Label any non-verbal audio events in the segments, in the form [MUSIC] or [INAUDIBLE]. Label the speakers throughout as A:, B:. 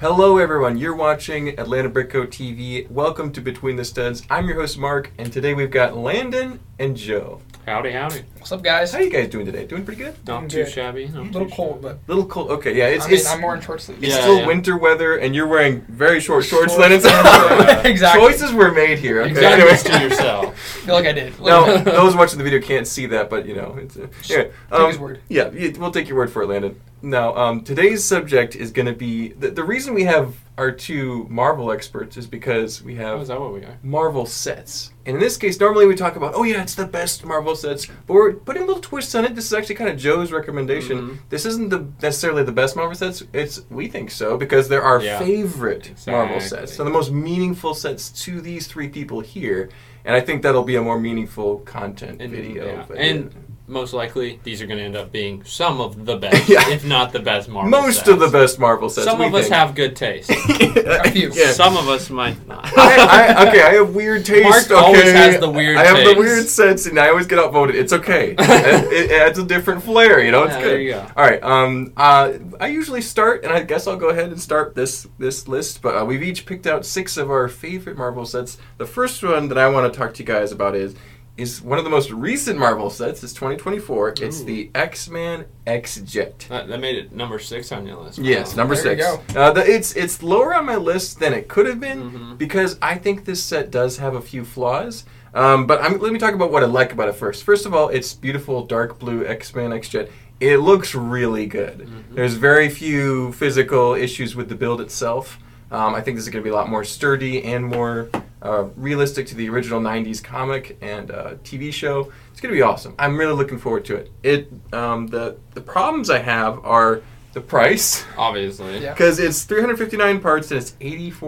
A: Hello, everyone. You're watching Atlanta Brickco TV. Welcome to Between the Studs. I'm your host, Mark, and today we've got Landon and Joe.
B: Howdy, howdy.
C: What's up, guys?
A: How are you guys doing today? Doing pretty good?
B: Not
C: I'm
B: too
C: good.
B: shabby. Not
C: A
B: too
C: little cold,
B: shabby.
C: but
A: Little cold. Okay, yeah, it's
C: I mean,
A: it's,
C: I'm more in short sleeves.
A: it's
B: Yeah,
A: still
B: yeah.
A: winter weather, and you're wearing very short shorts,
C: Short
A: Landon. So [LAUGHS]
C: shorts. [LAUGHS] Exactly.
A: Choices were made here. Okay.
B: Exactly
A: Anyway. [LAUGHS]
B: to [LAUGHS] yourself.
C: I feel like [LAUGHS] I did.
A: No, those watching the video can't see that, but you know, it's uh, anyway, um,
C: his word.
A: Yeah, y- we'll take your word for it, Landon. Now, um, today's subject is going to be the, the reason we have our two Marvel experts is because we
B: Oh, is
A: have
B: that what we are?
A: Marvel sets, and in this case, normally we talk about, oh yeah, it's the best Marvel sets, but we're putting a little twist on it. This is actually kind of Joe's recommendation.
B: Mhm.
A: This isn't the necessarily the best Marvel sets. It's we think so because they're our
B: Yeah.
A: favorite Marvel sets.
B: Exactly.
A: So the most meaningful sets to these three people here, and I think that'll be a more meaningful content
B: And-
A: video.
B: yeah.
A: but-
B: And most likely, these are going to end up being some of the
A: [LAUGHS]
B: best,
A: Yeah.
B: if not the best Marvel
A: most
B: sets.
A: of the best Marvel sets.
B: Some
A: we
B: of
A: [LAUGHS]
B: us
A: think.
B: have good taste.
C: A few.
A: Yeah.
B: Some of us might not.
A: [LAUGHS] I, I, okay, I have weird taste.
B: Mark
A: okay.
B: always has the weird
A: I have
B: taste.
A: the weird sense, and I always get outvoted. It's
B: [LAUGHS]
A: okay. it, it adds a different flair, you know. It's
B: Yeah,
A: good.
B: there you go.
A: All right. Um. Uh. I usually start, and I guess I'll go ahead and start this this list. But uh, we've each picked out six of our favorite Marvel sets. The first one that I want to talk to you guys about is is one of the most recent Marvel sets. It's 2024. It's
B: Ooh.
A: the X Man X Jet.
B: [LAUGHS] that, that made it number six on your list.
A: Yes,
B: Wow.
A: number
C: There you
A: six. Uh, the, it's it's lower on my list than it could have been
C: Mm-hmm.
B: Mhm.
A: because I think this set does have a few flaws. Um, but I'm, let me talk about what I like about it first. First of all, it's beautiful dark blue X Man X Jet. It looks really good.
C: Mm-hmm.
A: There's very few physical issues with the build itself. Um, I think this is going to be a lot more sturdy and more uh, realistic to the original '90s comic and uh, TV show. It's going to be awesome. I'm really looking forward to it. It um, the the problems I have are the price. [LAUGHS]
B: Obviously.
C: Yeah.
A: Because it's 359 parts and it's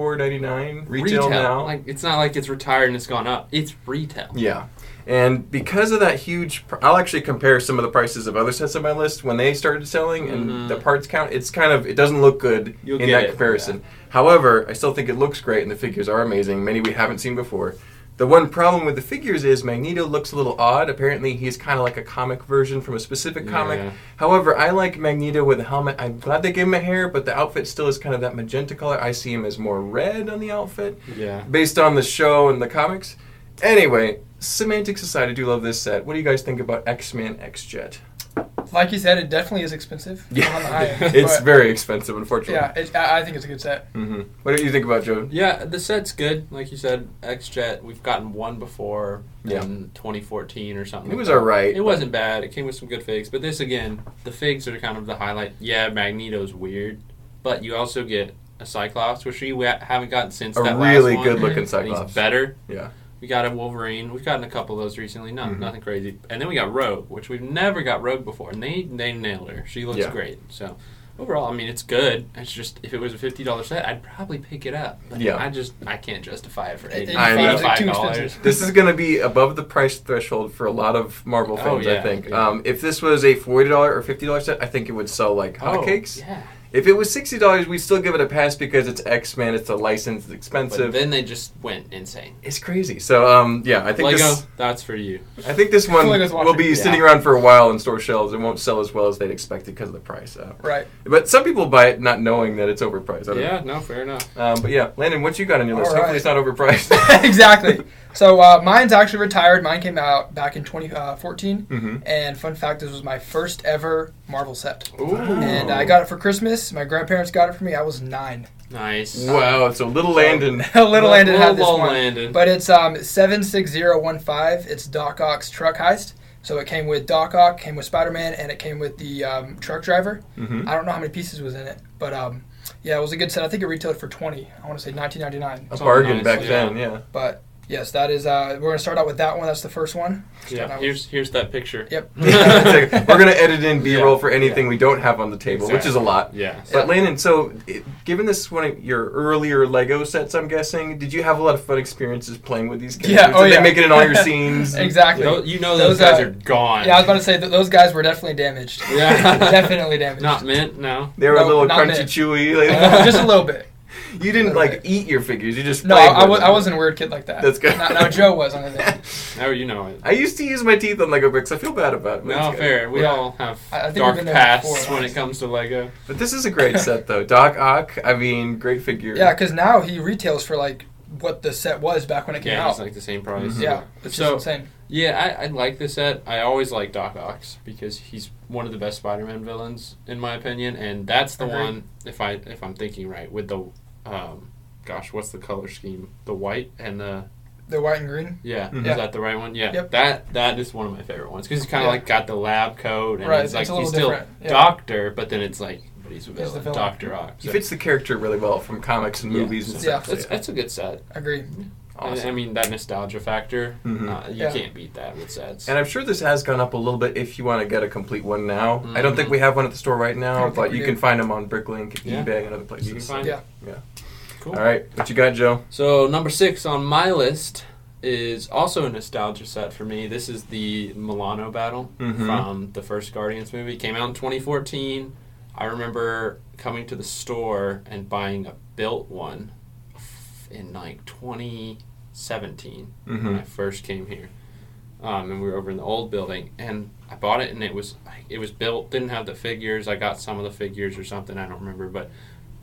A: 84.99 retail, now.
B: Like, it's not like it's retired and it's gone up. It's retail.
A: yeah, and because of that huge, pr- I'll actually compare some of the prices of other sets on my list when they started selling
B: Mhm.
A: and the parts count. It's kind of it doesn't look good
B: You'll
A: in
B: get
A: that
B: it,
A: comparison. However, I still think it looks great and the figures are amazing. Many we haven't seen before. The one problem with the figures is Magneto looks a little odd. Apparently, he's kind of like a comic version from a specific comic.
B: Yeah.
A: However, I like Magneto with a helmet. I'm glad they gave him a hair, but the outfit still is kind of that magenta color. I see him as more red on the outfit
B: Yeah.
A: based on the show and the comics. Anyway, Semantic Society, I do love this set. What do you guys think about X Men X Jet?
C: Like you said, it definitely is expensive. On the
A: [LAUGHS]
C: [LAUGHS] high end,
A: it's
C: but,
A: very expensive, unfortunately.
C: Yeah, it, I, I think it's a good set.
A: hmm What do you think about Joe?
B: Yeah, the set's good. Like you said, X Jet, we've gotten one before
A: Yeah.
B: in 2014 or something.
A: It
B: like
A: was
B: that.
A: alright.
B: It wasn't bad. It came with some good figs. But this, again, the figs are kind of the highlight. Yeah, Magneto's weird. But you also get a Cyclops, which we wa- haven't gotten since
A: A
B: that
A: really
B: last one.
A: good-looking
B: [LAUGHS] And he's
A: Cyclops.
B: better.
A: Yeah.
B: We got a Wolverine. We've gotten a couple of those recently. Not,
A: Mhm.
B: Nothing crazy. And then we got Rogue, which we've never got Rogue before. And they, they nailed her. She looks
A: Yeah.
B: great. So. Overall, I mean, it's good. It's just if it was a fifty dollars set, I'd probably pick it up. But
A: Yeah.
B: I just I can't justify it for
C: It-
B: eighty
C: it
A: sounds
B: five
C: too
B: dollars.
C: expensive.
A: This is going to be above the price threshold for a lot of Marvel
B: Oh,
A: fans, I
B: yeah,
A: think.
B: yeah.
A: Um, if this was a $40 or $50 set, I think it would sell like hotcakes.
B: Oh, yeah.
A: If it was $60, we'd still give it a pass because it's X Men, it's a license, it's
B: But
A: expensive.
B: then they just went insane.
A: it's crazy. So, um, yeah, I think
B: Lego,
A: this.
B: that's for you.
A: I think this one
C: Lego's watching.
A: will be
C: Yeah.
A: sitting around for a while in store shelves and won't sell as well as they'd expected because of the price. Uh,
C: Right. [LAUGHS]
A: but some people buy it not knowing that it's overpriced. I don't
B: Yeah, no, fair enough.
A: Know. Um, but yeah, Landon, what you got on your list?
C: All
A: Hopefully
C: right.
A: it's not overpriced.
C: [LAUGHS] exactly. So uh, mine's actually retired. Mine came out back in 2014.
A: Mhm.
C: And fun fact, this was my first ever Marvel set.
B: Ooh,
C: And uh, I got it for Christmas. My grandparents got it for me. I was nine.
B: nice.
A: wow, so little Landon.
C: [LAUGHS] Little Landon
B: Little
C: had this
B: old
C: one.
B: Landon.
C: But it's um, 76015. It's Doc Ock's truck heist. So it came with Doc Ock, came with Spider Man, and it came with the um, truck driver.
A: Mhm.
C: I don't know how many pieces was in it, but um, yeah, it was a good set. I think it retailed for 20 I want to say 1999.
A: A
B: Something
A: bargain
B: nice,
A: back
B: yeah.
A: then, yeah.
C: But yes, that is, uh, we're going to start out with that one. That's the first one. Start
B: Yeah,
C: out
B: here's here's that picture.
C: Yep. [LAUGHS]
A: It's like, We're gonna edit in B-roll
B: Yeah,
A: for anything
B: yeah.
A: we don't have on the table, which is a
B: Exactly.
A: lot.
B: Yeah. so-
A: But Landon, so it, given this one of your earlier Lego sets, I'm guessing, did you have a lot of fun experiences playing with these characters?
C: Yeah, oh
A: did
C: yeah.
A: they make it in all your scenes?
C: Exactly.
B: Tho- you know those,
C: Those,
B: guys
C: uh,
B: are gone.
C: Yeah, I was about to say that those guys were definitely damaged.
B: [LAUGHS] Yeah.
C: [LAUGHS] definitely damaged.
B: Not mint, no.
A: They were a
C: No,
A: little
C: not
A: crunchy,
C: it.
A: chewy. like-
C: just a little bit.
A: You didn't like eat your figures. You just
C: No,
A: Played
C: I, I,
A: with
C: was,
A: them.
C: I wasn't a weird kid like that.
A: That's good. [LAUGHS]
C: No, no, Joe was on it.
B: Now you know it.
A: I used to use my teeth on Lego bricks. I feel bad about it. but
B: No,
A: it's good.
B: fair. We
A: Yeah.
B: all have
C: I- I think
B: dark
C: we've been there
B: pasts
C: before.
B: when it comes to Lego.
A: But this is a
C: [LAUGHS]
A: great set, though. Doc Ock, I mean, great figure.
C: Yeah, because now he retails for like what the set was back when it came
B: Yeah,
C: out.
B: it's like the same price.
A: Mhm.
C: yeah, it's
B: So-
C: just insane.
B: Yeah, I, I like this set. I always like Doc Ock because he's one of the best Spider-Man villains in my opinion, and that's the
C: Agreed.
B: one if I if I'm thinking right with the, um, gosh, what's the color scheme? The white and the
C: The white and green.
B: yeah,
A: Mhm.
C: Yeah.
B: is that the right one? Yeah,
C: Mm-hmm. Yep.
B: that that is one of my favorite ones because he's kind of
C: Yeah.
B: like got the lab coat and
C: Right,
B: it's
C: it's
B: like
C: a
B: he's
C: little
B: still
C: different, yeah.
B: doctor, but then it's like but he's a
C: He's
B: villain,
C: the villain.
B: Doctor Ock.
A: He
B: So-
A: fits the character really well from comics and
B: Yeah.
A: movies and
C: Yeah.
A: stuff.
B: That's, that's a good set.
C: Agree.
B: I, I mean, that nostalgia factor,
A: Mhm.
B: uh, you
C: Yeah.
B: can't beat that with sets.
A: And I'm sure this has gone up a little bit if you want to get a complete one now. I don't think we have one at the store right
C: I
A: now,
C: don't think
A: but
C: we
A: you
C: do.
A: can find them on Bricklink, and
B: Mm-hmm. Yeah.
A: eBay, and other places.
B: you can find
C: Yeah.
B: it.
A: Yeah.
B: Cool.
A: All right, what you got, Joe?
B: So number six on my list is also a nostalgia set for me. This is the Milano battle
A: Mhm.
B: from the first Guardians movie. Came out in 2014. I remember coming to the store and buying a built one in like 2017 when
A: Mm-hmm.
B: I first came here, um, and we were over in the old building. And I bought it, and it was it was built. Didn't have the figures. I got some of the figures or something. I don't remember, but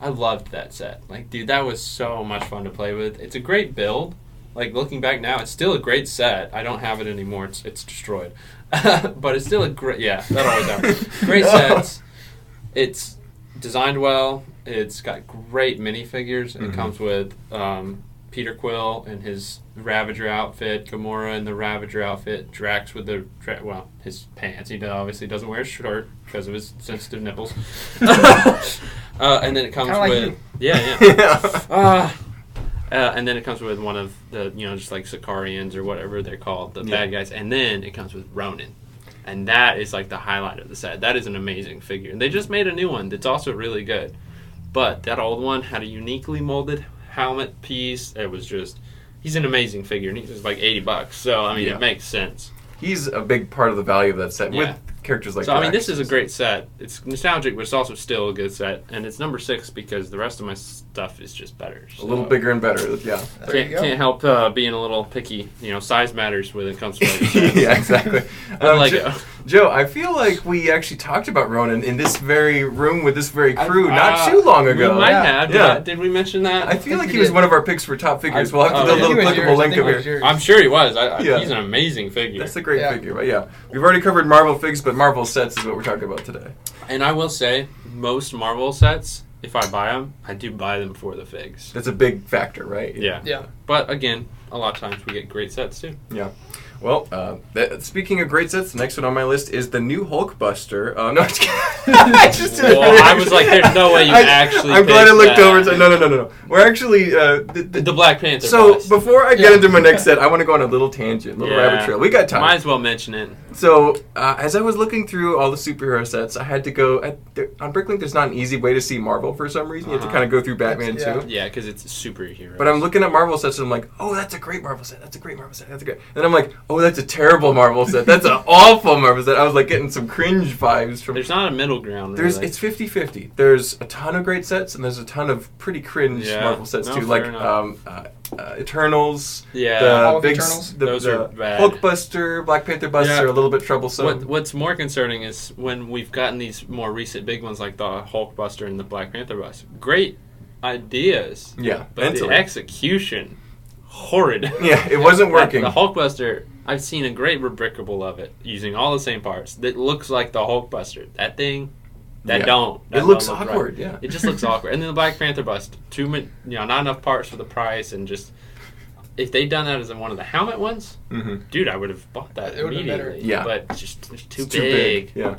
B: I loved that set. Like, dude, that was so much fun to play with. It's a great build. Like looking back now, it's still a great set. I don't have it anymore. It's it's destroyed, [LAUGHS] but it's still a great. Yeah, that always happens. great sets. It's designed well. It's got great minifigures. It
A: Mhm.
B: comes with um, Peter Quill and his Ravager outfit, Gamora in the Ravager outfit, Drax with the dra- well his pants. He do- obviously doesn't wear a shirt because of his sensitive nipples. [LAUGHS] uh, and then it comes
C: Kinda like
B: with
C: you.
A: [LAUGHS]
B: yeah yeah.
A: yeah.
B: Uh, uh, and then it comes with one of the you know just like Sicarians or whatever they're called, the
A: Yeah.
B: bad guys, and then it comes with Ronin, and that is like the highlight of the set. That is an amazing figure, and they just made a new one that's also really good. But that old one had a uniquely molded helmet piece. It was just he's an amazing figure, and he's just like eighty bucks. So I mean,
A: Yeah.
B: it makes sense.
A: He's a big part of the value of that set
B: Yeah.
A: with characters like
B: so I mean,
A: Drax.
B: this is a great set. It's nostalgic, but it's also still a good set, and it's number six because the rest of my stuff is just better.
A: a little
B: So-
A: bigger and better.
B: [LAUGHS]
A: Yeah. [LAUGHS]
C: There
B: can't,
C: you go.
B: can't help uh, being a little picky. You know, size matters when it
A: [LAUGHS]
B: comes to like
A: yeah, exactly. Um,
B: like uh,
A: Jo-
B: it.
A: Joe, I feel like we actually talked about Ronan in this very room with this very
B: I-
A: crew
B: uh,
A: not too long ago.
B: We might
C: Yeah.
B: have.
A: Yeah.
B: Yeah. Did we mention that?
A: I feel
C: think
A: like
C: we
A: he was
C: did.
A: one of our picks for top figures.
B: I-
A: we'll have to do
B: oh,
A: a
B: yeah.
A: little
C: Anyway, yours,
A: clickable
C: I
A: link
C: think
A: over
C: mine's
A: here.
C: yours.
B: I'm sure he was. I, I,
A: Yeah.
B: He's an amazing figure.
A: That's a great
C: Yeah.
A: figure, but yeah. We've already covered Marvel figs, but Marvel sets is what we're talking about today.
B: and I will say, most Marvel sets, if I buy them, I do buy them for the figs.
A: That's a big factor, right?
B: Yeah.
C: Yeah.
B: But again, a lot of times we get great sets too.
A: Well, uh, that, speaking of great sets, the next one on my list is the new Hulk Buster. Uh, no, I'm just kidding. [LAUGHS] I just did it.
B: Well, I was like, there's no way
A: [LAUGHS]
B: you
A: I-
B: actually
A: I'm glad I
B: picked
A: looked
B: that.
A: over and said, no, no, no, no, no. We're actually. Uh, the, the,
B: The Black Panther.
A: so
B: bust.
A: before I get
C: Yeah.
A: into my next set, I want to go on a little tangent, little
B: Yeah.
A: rabbit trail. We got time.
B: might as well mention it.
A: So uh, as I was looking through all the superhero sets, I had to go I, there, on Bricklink. There's not an easy way to see Marvel for some reason. You have to
B: Uh-huh.
A: kind of go through Batman
C: It's- yeah.
A: too.
B: Yeah, because it's superhero.
A: But I'm looking at Marvel sets and I'm like, oh, that's a great Marvel set. That's a great Marvel set. That's a great. And I'm like, oh, that's a terrible Marvel set. That's
B: [LAUGHS]
A: an awful Marvel set. I was like getting some cringe vibes from.
B: There's not a middle ground.
A: There's
B: really.
A: it's 50-50. There's a ton of great sets and there's a ton of pretty cringe
B: Yeah.
A: Marvel sets
B: No,
A: too,
B: fair
A: like
B: enough.
A: um, uh, uh, Eternals,
B: yeah.
A: the
C: All of
A: big, s-
C: Eternals?
A: the,
B: Those
A: the
B: are bad.
A: Hulkbuster, Black Panther busts
B: Yeah.
A: are a little bit troublesome.
B: What, what's more concerning is when we've gotten these more recent big ones like the Hulk Buster and the Black Panther Buster. Great ideas,
A: yeah,
B: but the
A: mentally.
B: execution, horrid.
A: [LAUGHS] Yeah, it wasn't working.
B: The Hulk Buster, I've seen a great rebricable of it using all the same parts that looks like the Hulk Buster. That thing, that
A: Yeah.
B: don't. that
A: It looks
B: don't look right.
A: awkward, yeah.
B: It just looks awkward. And then the Black Panther bust, too many, you know, not enough parts for the price, and just if they'd done that as one of the helmet ones,
A: hmm
B: dude, I would have bought that
C: It would've been better.
B: immediately.
A: Yeah.
B: but it's just it's too,
A: It's
B: big.
A: Yeah.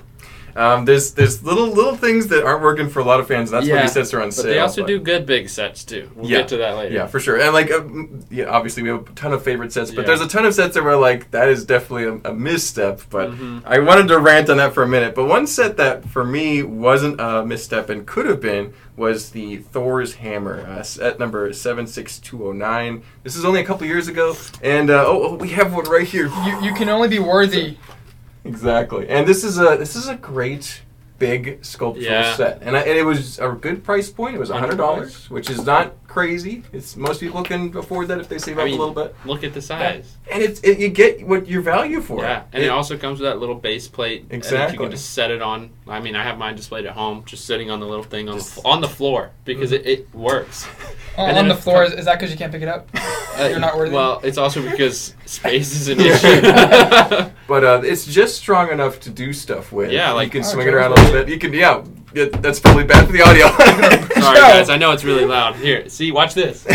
A: Um, there's there's little little things that aren't working for a lot of fans. That's why
B: Yeah.
A: these sets are on
B: But
A: sale.
B: they also
A: but-
B: do good big sets too. We'll
A: Yeah.
B: get to that later.
A: Yeah, for sure. And like, uh, mm, yeah, obviously we have a ton of favorite sets, but
B: Yeah.
A: there's a ton of sets that were like that is definitely a, a misstep. But
B: Mhm.
A: I wanted to rant on that for a minute. But one set that for me wasn't a misstep and could have been was the Thor's hammer uh, set number seven six two zero nine. This is only a couple years ago, and uh, oh, oh, we have one
B: [LAUGHS]
A: right here.
C: You you can only be worthy.
A: Exactly. And this is a this is a great big sculptural
B: Yeah.
A: set, and, I, and it was a good price point. It was hundred dollars,
B: $100.
A: which is not crazy. It's most people can afford that if they save
B: I
A: up
B: mean,
A: a little bit,
B: Look at the size.
A: and it's it, you get what your value for. it.
B: Yeah, and it,
A: It-
B: also comes with that little base plate that you
A: Exactly.
B: can just set it on. I mean, I have mine displayed at home, just sitting on the little thing on
A: Just- Mm-hmm.
B: the, fl- on the floor because it, it works.
C: On,
B: And
C: on
B: then
C: the
B: if-
C: floor, is, is that because you can't pick it up?
B: Uh,
C: [LAUGHS] You're not worthy.
B: Well, it's also because space is
A: [LAUGHS]
B: an
A: Yeah.
B: issue.
A: [LAUGHS] But uh, it's just strong enough to do stuff with.
B: Yeah,
A: you
B: like-
A: can
C: Oh,
A: swing it
C: James
A: around a little bit. You can, yeah. It, that's probably bad for the audio.
B: [LAUGHS]
A: [LAUGHS]
B: Sorry, guys. I know it's really loud. Here, see, watch this.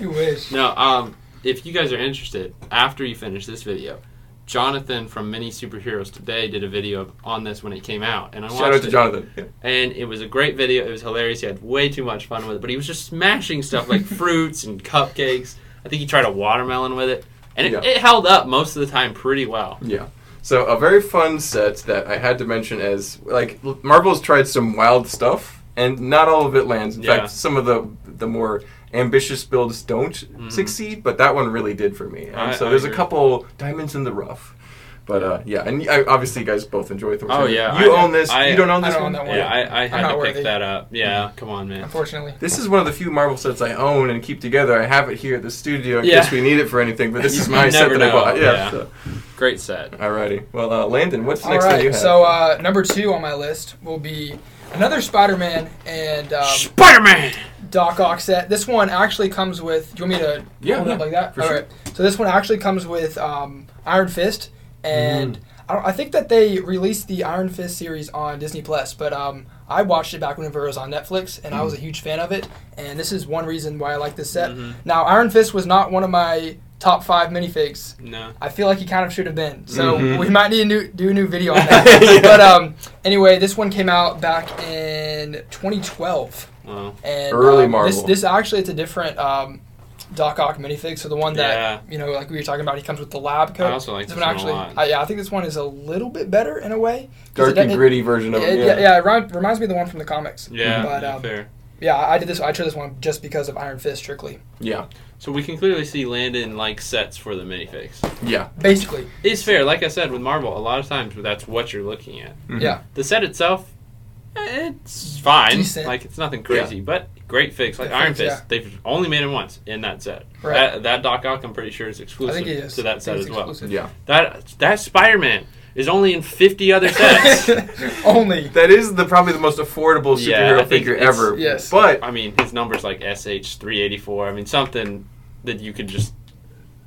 C: you wish.
B: No, um, if you guys are interested, after you finish this video, Jonathan from Many Superheroes Today did a video on this when it came out, and I
A: Shout
B: watched
A: out to
B: it.
A: Jonathan. Yeah.
B: and it was a great video. It was hilarious. He had way too much fun with it, but he was just smashing stuff [LAUGHS] like fruits and cupcakes. I think he tried a watermelon with it, and it,
A: Yeah.
B: it held up most of the time pretty well.
A: Yeah. So a very fun set that I had to mention as like l- Marvel's tried some wild stuff, and not all of it lands. In
B: Yeah.
A: fact, some of the the more ambitious builds don't succeed, but that one really did for me. And
B: Mm-hmm. I-
A: so
B: I
A: there's a
B: agree.
A: couple diamonds in the rough. But uh, yeah, and I, obviously you guys both enjoy Thor.
B: Oh, yeah,
A: you
B: I-
A: own this.
B: I-
A: you don't own
C: I
A: this
C: don't
A: one.
C: own that one.
B: Yeah, Mm-hmm. I, I had
C: I'm not
B: to pick
C: worthy.
B: that up. Yeah, come on, man.
C: Unfortunately.
A: This is one of the few Marvel sets I own and keep together. I have it here at the studio in
B: Yeah.
A: case we need it for anything. But this
B: [LAUGHS] You-
A: is my
B: you
A: set
B: never
A: that I
B: know,
A: bought. Yeah.
B: yeah.
A: so-
B: Great set.
A: Alrighty. Well, uh, Landon, what's the
C: All
A: next one you
C: right.
A: have?
C: So uh, number two on my list will be another Spider-Man and um,
B: Spider Man.
C: Doc Ock set. This one actually comes with. Do you want me to
A: Yeah,
C: hold it up
A: yeah,
C: like that?
A: for
C: All
A: sure.
C: right. So this one actually comes with um, Iron Fist, and
A: Mm.
C: I, don't, I think that they released the Iron Fist series on Disney Plus. But um, I watched it back whenever it was on Netflix, and I was a
A: Mm.
C: huge fan of it. And this is one reason why I like this set.
A: Mm-hmm.
C: Now, Iron Fist was not one of my top five minifigs.
B: No.
C: I feel like he kind of should have been. So
A: Mhm.
C: we might need to new, do a new video on that.
A: [LAUGHS] Yeah.
C: But um, anyway, this one came out back in 2012
B: Well,
C: and
A: Early
C: um,
A: Marvel.
C: This, this actually it's a different um, Doc Ock minifig. So the one that
B: Yeah.
C: you know, like we were talking about, he comes with the lab coat.
B: I also like this
C: one
B: one a
C: actually.
B: lot.
C: I, yeah, I think this one is a little bit better in a way. 'Cause
A: dark
C: it-
A: and
C: it-
A: gritty version of
C: it-
A: it.
C: yeah, yeah, it remi- reminds me of the one from the comics.
B: yeah,
C: but
B: yeah,
C: um,
B: fair.
C: yeah, I did this. I chose this one just because of Iron Fist strictly.
A: yeah,
B: So we can clearly see Landon likes sets for the minifigs.
A: yeah.
C: Basically,
B: It's fair. Like I said, with Marvel, a lot of times that's what you're looking at.
A: Mhm.
C: yeah,
B: The set itself, eh, it's fine.
C: Decent.
B: Like it's nothing crazy, but great fix. Like
C: Good
B: Iron
C: fix,
B: Fist,
C: yeah.
B: they've only made him once in that set.
C: Right.
B: That, that Doc Ock, I'm pretty sure, is
C: I
B: exclusive
C: think it is
B: to that set
C: I
B: as
C: think
B: well.
C: it's exclusive.
A: yeah.
B: That that Spider Man is only in 50 other sets.
C: [LAUGHS] Only
A: That is the probably the most affordable superhero
B: Yeah, I think
A: figure
B: it's-
A: ever.
C: Yes.
A: but
B: I mean, his number's like SH384. I mean, something that you could just.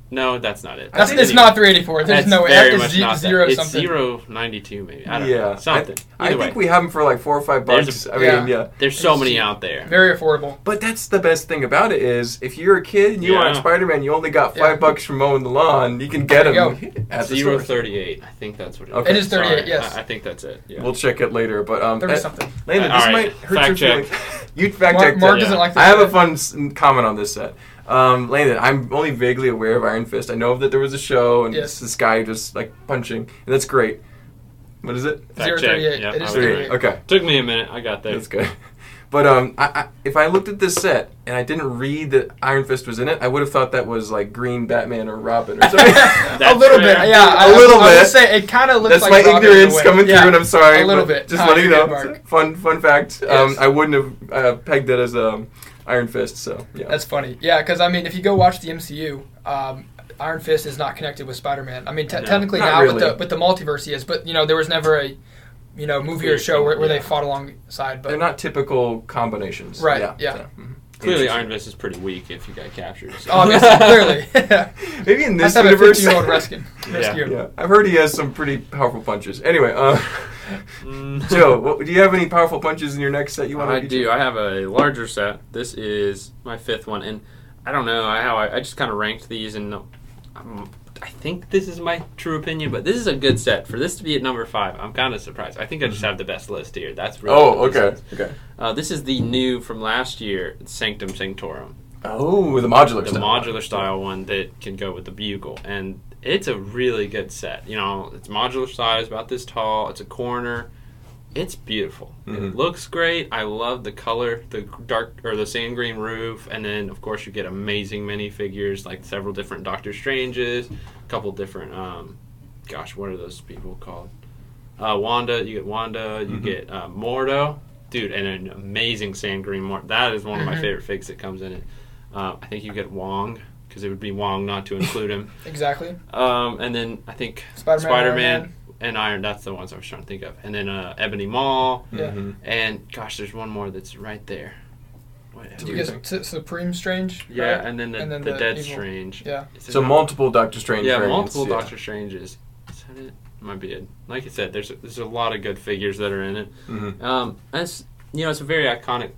B: No, that's not it.
C: that's
A: think
C: it's
A: it-
B: Anyway,
C: not 384. There's
B: that's
C: no way.
B: very
C: That
B: much
C: is ze-
B: not that.
C: zero
B: it's
C: something.
B: Zero ninety two, maybe. I don't
A: yeah,
B: know. Something.
A: I, I
B: Either way.
A: think we have them for like four or five
B: There's
A: bucks.
B: a-
A: I mean, yeah.
B: There's so many out there.
C: Very affordable.
A: But that's the best thing about it is if you're a kid and you
B: Yeah.
A: want Spider Man, you only got five
C: Yeah.
A: bucks from mowing the lawn. You can get
C: There you
A: them at the
B: Zero
A: store.
B: thirty-eight. I think that's what it is.
A: Okay. It
C: is 38,
B: Sorry,
C: yes.
B: I, I think that's it. Yeah.
A: We'll check it later. But um,
C: Thirty
A: uh,
C: something.
A: Landon,
B: All
A: this
B: right,
A: might hurt
B: fact
A: your
B: check.
A: feelings. [LAUGHS] You fact
C: Mark,
A: check.
C: Mark
B: yeah.
C: doesn't like this.
A: I have a
C: set.
A: fun s- comment on this set. Um, Landon, I'm only vaguely aware of Iron Fist. I know that there was a show and
C: Yes.
A: it's this guy just like punching, and that's great. What is it?
B: Fact
C: Zero
B: check.
C: 38.
B: Yep,
C: It is
B: I was
A: Three.
C: Zero
B: right.
C: 38.
A: Okay,
B: Took me a minute. I got there.
A: that's good. [LAUGHS] But um, I, I, if I looked at this set and I didn't read that Iron Fist was in it, I would have thought that was like Green Batman or Robin
C: [LAUGHS]
A: or something. [LAUGHS] that's
C: a little
B: fair.
C: bit, yeah. I
A: A
C: was-
A: little
C: I
A: bit.
C: was say it kind of looks like
A: my
C: Robin in a
A: ignorance
C: way.
A: coming
C: Yeah.
A: through, and I'm sorry.
C: A little
A: but
C: bit.
A: Just
C: Ah,
A: letting you
C: you're
A: know.
C: good, Mark.
A: Fun fun fact. Um,
C: Yes.
A: I wouldn't have uh, pegged it as um, Iron Fist. So yeah.
C: That's funny. Yeah, because I mean, if you go watch the MCU, um, Iron Fist is not connected with Spider-Man. I mean, te-
B: No.
C: technically
A: Not
C: now with
A: really.
C: the with the multiverse he is, but you know, there was never a you know movie or show where, where they
B: Yeah.
C: fought alongside.
A: They're
C: But
A: not typical combinations.
C: Right, yeah.
A: mhm.
B: Clearly,
A: Interesting.
B: Iron Fist is pretty weak if you got captured. so-
C: [LAUGHS] obviously, clearly,
A: Maybe [LAUGHS] in
C: [LAUGHS] that's
A: this
C: how a
A: universe.
C: fifteen-year-old rescue.
B: Yeah.
A: [LAUGHS]
C: rescue.
A: yeah, I've heard he has some pretty powerful punches. Anyway, uh,
B: [LAUGHS]
A: [LAUGHS]
B: Mm.
A: Joe, what, do you have any powerful punches in your next set you want
B: I
A: to
B: do. I have a larger set. This is my fifth one, and I don't know I- how I, I just kind of ranked these, and um, I think this is my true opinion, but this is a good set for this to be at number five. I'm kind of surprised. I think I just have the best list here. That's really
A: Oh,
B: what
A: okay,
B: this is.
A: okay.
B: Uh, this is the new from last year, Sanctum Sanctorum,
A: Oh, the modular.
B: the
A: style.
B: modular style one that can go with the bugle, and it's a really good set. You know, it's modular size, about this tall. It's a corner. It's beautiful.
A: Mhm.
B: It looks great. I love the color, the dark or the sand green roof, and then of course you get amazing minifigures like several different Doctor Stranges, a couple different. Um, gosh, what are those people called? uh, Wanda. You get Wanda. You
A: Mhm.
B: get uh, Mordo, dude, and an amazing sand green Mordo. That is one of my
C: Mhm.
B: favorite figs that comes in it. Uh, I think you get Wong because it would be Wong not to include
C: [LAUGHS]
B: him.
C: Exactly.
B: Um, and then I think
C: Spider-Man,
B: Spider
C: Iron
B: Man
C: Man.
B: and Iron. That's the ones I was trying to think of. And then uh, Ebony Maw.
C: Yeah.
A: Mhm.
B: And gosh, there's one more that's right there. What
C: Did you
A: Weird
C: guys
A: thing.
C: Su- Supreme Strange?
B: yeah,
C: right?
B: and then the,
C: and then
B: the,
C: the
B: Dead
C: evil-
B: Strange.
C: Yeah.
B: Is there
A: So
B: not-
A: multiple Doctor Strange.
B: Yeah,
A: variants,
B: multiple
A: yeah.
B: Doctor Stranges. Is that it? Might be it. Like I said, there's there's a lot of good figures that are in it.
A: Mhm.
B: Um, that's you know, it's a very iconic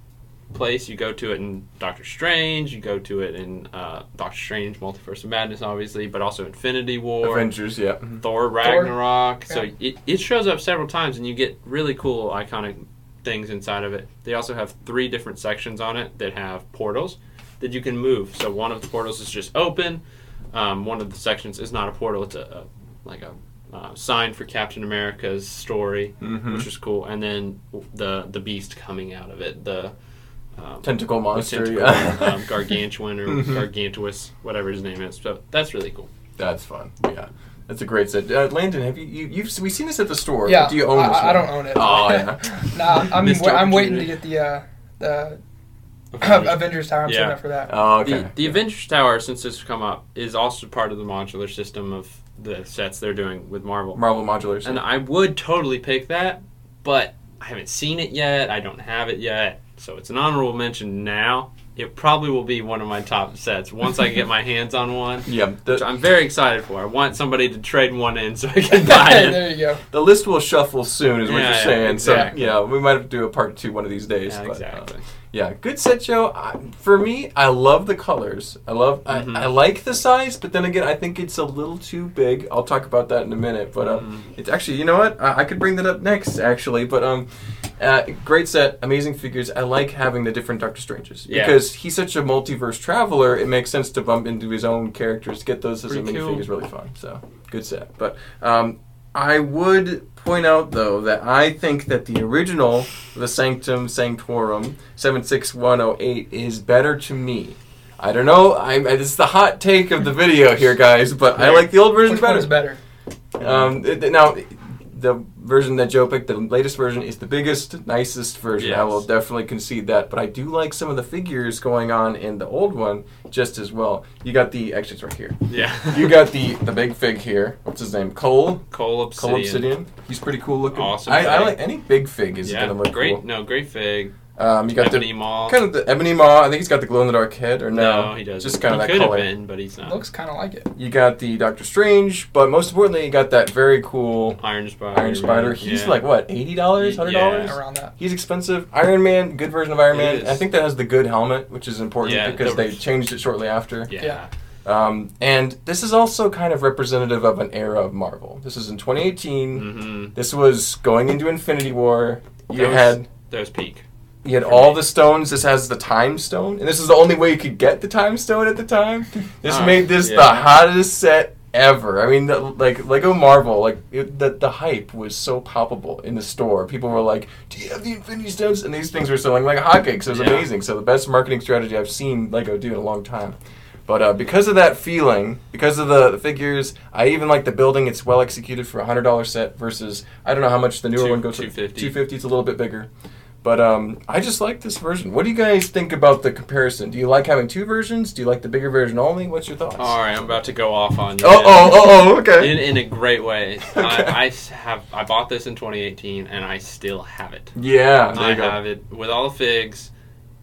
B: place. You go to it in Doctor Strange. You go to it in uh, Doctor Strange: Multiverse of Madness, obviously, but also Infinity War.
A: Avengers. Yeah. Mm-hmm.
B: Thor Ragnarok.
C: Yeah.
B: So it, it shows up several times, and you get really cool, iconic things inside of it. They also have three different sections on it that have portals that you can move. So one of the portals is just open. Um, one of the sections is not a portal; it's a, a like a uh, sign for Captain America's story,
A: Mhm.
B: which is cool. And then w- the the beast coming out of it, the um,
A: Tentacle
B: the
A: monster.
B: tentacle,
A: yeah. [LAUGHS]
B: um, gargantuan or
A: Mhm.
B: gargantuous, whatever his name is. So that's really cool.
A: That's fun. Yeah. That's a great set. Uh, Landon, have you, you you've we've seen this at the store?
C: Yeah.
A: Do you own
C: I,
A: this?
C: I- I
A: one?
C: don't own it.
A: Oh
C: [LAUGHS]
A: yeah.
C: nah, I'm
B: Missed
C: wa- I'm waiting to
B: opportunity.
C: get the uh, the [CLEARS THROAT] Avengers Tower. I'm saving
B: Yeah.
C: up
B: [LAUGHS]
C: for that. [LAUGHS]
A: Oh okay.
B: The, the Avengers Tower, since it's come up, is also part of the modular system of the sets they're doing with Marvel.
A: Marvel modulars.
B: And I would totally pick that, but I haven't seen it yet. I don't have it yet, so it's an honorable mention now. It probably will be one of my top sets once I get
A: [LAUGHS]
B: my hands on one,
A: yeah.
B: which
A: The,
B: I'm very excited for. I want somebody to trade one in so I
C: [LAUGHS]
B: can buy it.
C: there you go.
A: the list will shuffle soon, is what
B: Yeah,
A: you're
B: yeah,
A: saying.
B: exactly.
A: So yeah, we might have to do a part two one of these days.
B: Yeah,
A: but, uh,
B: exactly.
A: Yeah, good set show. I, for me, I love the colors. I love.
B: Mhm.
A: I, I like the size, but then again, I think it's a little too big. I'll talk about that in a minute. But um,
B: Mhm.
A: it's actually, you know what? I, I could bring that up next, actually. But um, uh, great set, amazing figures. I like having the different Doctor Stranges
B: Yeah.
A: because he's such a multiverse traveler. It makes sense to bump into his own characters. Get those as a
B: Pretty cool.
A: minifigure is really fun. So good set. But um, I would point out though that I think that the original, the Sanctum Sanctorum seven six one zero eight, is better to me. I don't know. I'm. This is the hot take of the video here, guys. But I like the old version
C: Which one is
A: better.
C: better?
A: Um, th- th- now, the version that Joe picked, the latest version, is the biggest, nicest version. I will
B: Yes.
A: definitely concede that. But I do like some of the figures going on in the old one just as well. You got the actually it's right here. [LAUGHS]
B: Yeah.
A: You got the the big fig here. What's his name? Cole.
B: Cole
A: Cole Obsidian. He's pretty cool looking.
B: Awesome
A: I, I
B: fig.
A: like any big fig is
B: Yeah,
A: gonna look
B: great.
A: cool.
B: No, great fig.
A: Um, you got
B: Ebony
A: the
B: Maw.
A: kind of the ebony maw. I think he's got the glow in the dark head or no?
B: no, he doesn't.
A: Just kind of
B: he
A: that
B: could
A: color.
B: have been, but he's not.
C: Looks kind of like it.
A: You got the Doctor Strange, but most importantly, you got that very cool
B: Iron Spider.
A: Iron Spider. He's
B: yeah.
A: like what, eighty dollars, hundred dollars?
B: Yeah.
C: Around that.
A: He's expensive. Iron Man, good version of Iron
B: It
A: Man.
B: is.
A: I think that has the good helmet, which is important
B: Yeah,
A: because
B: the-
A: they changed it shortly after.
B: Yeah.
C: Yeah.
A: Um, and this is also kind of representative of an era of Marvel. This is in 2018.
B: Mm-hmm.
A: This was going into Infinity War. You
B: That was-
A: had
B: That was peak.
A: you had
B: for
A: all
B: me.
A: the stones. This has the time stone, and this is the only way you could get the time stone at the time. This
B: Ah,
A: made this the
B: yeah.
A: hottest set ever. I mean, the, like Lego Marvel, like it, the the hype was so palpable in the store. People were like, "Do you have the Infinity Stones?" And these things were selling like hotcakes. It was
B: Yeah.
A: amazing. So the best marketing strategy I've seen Lego do in a long time. But uh, because of that feeling, because of the, the figures, I even like the building. It's well executed for a hundred dollar set versus I don't know how much the newer
B: Two-
A: one goes for.
B: 250.
A: Two fifty. It's a little bit bigger. But um, I just like this version. What do you guys think about the comparison? Do you like having two versions? Do you like the bigger version only? What's your thoughts?
B: All right, I'm about to go off on you.
A: Oh, oh, oh, oh, okay.
B: In, in a great way.
A: [LAUGHS] Okay.
B: I, I s- have I bought this in 2018 and I still have it.
A: yeah, there
B: I
A: you go.
B: have it with all the figs.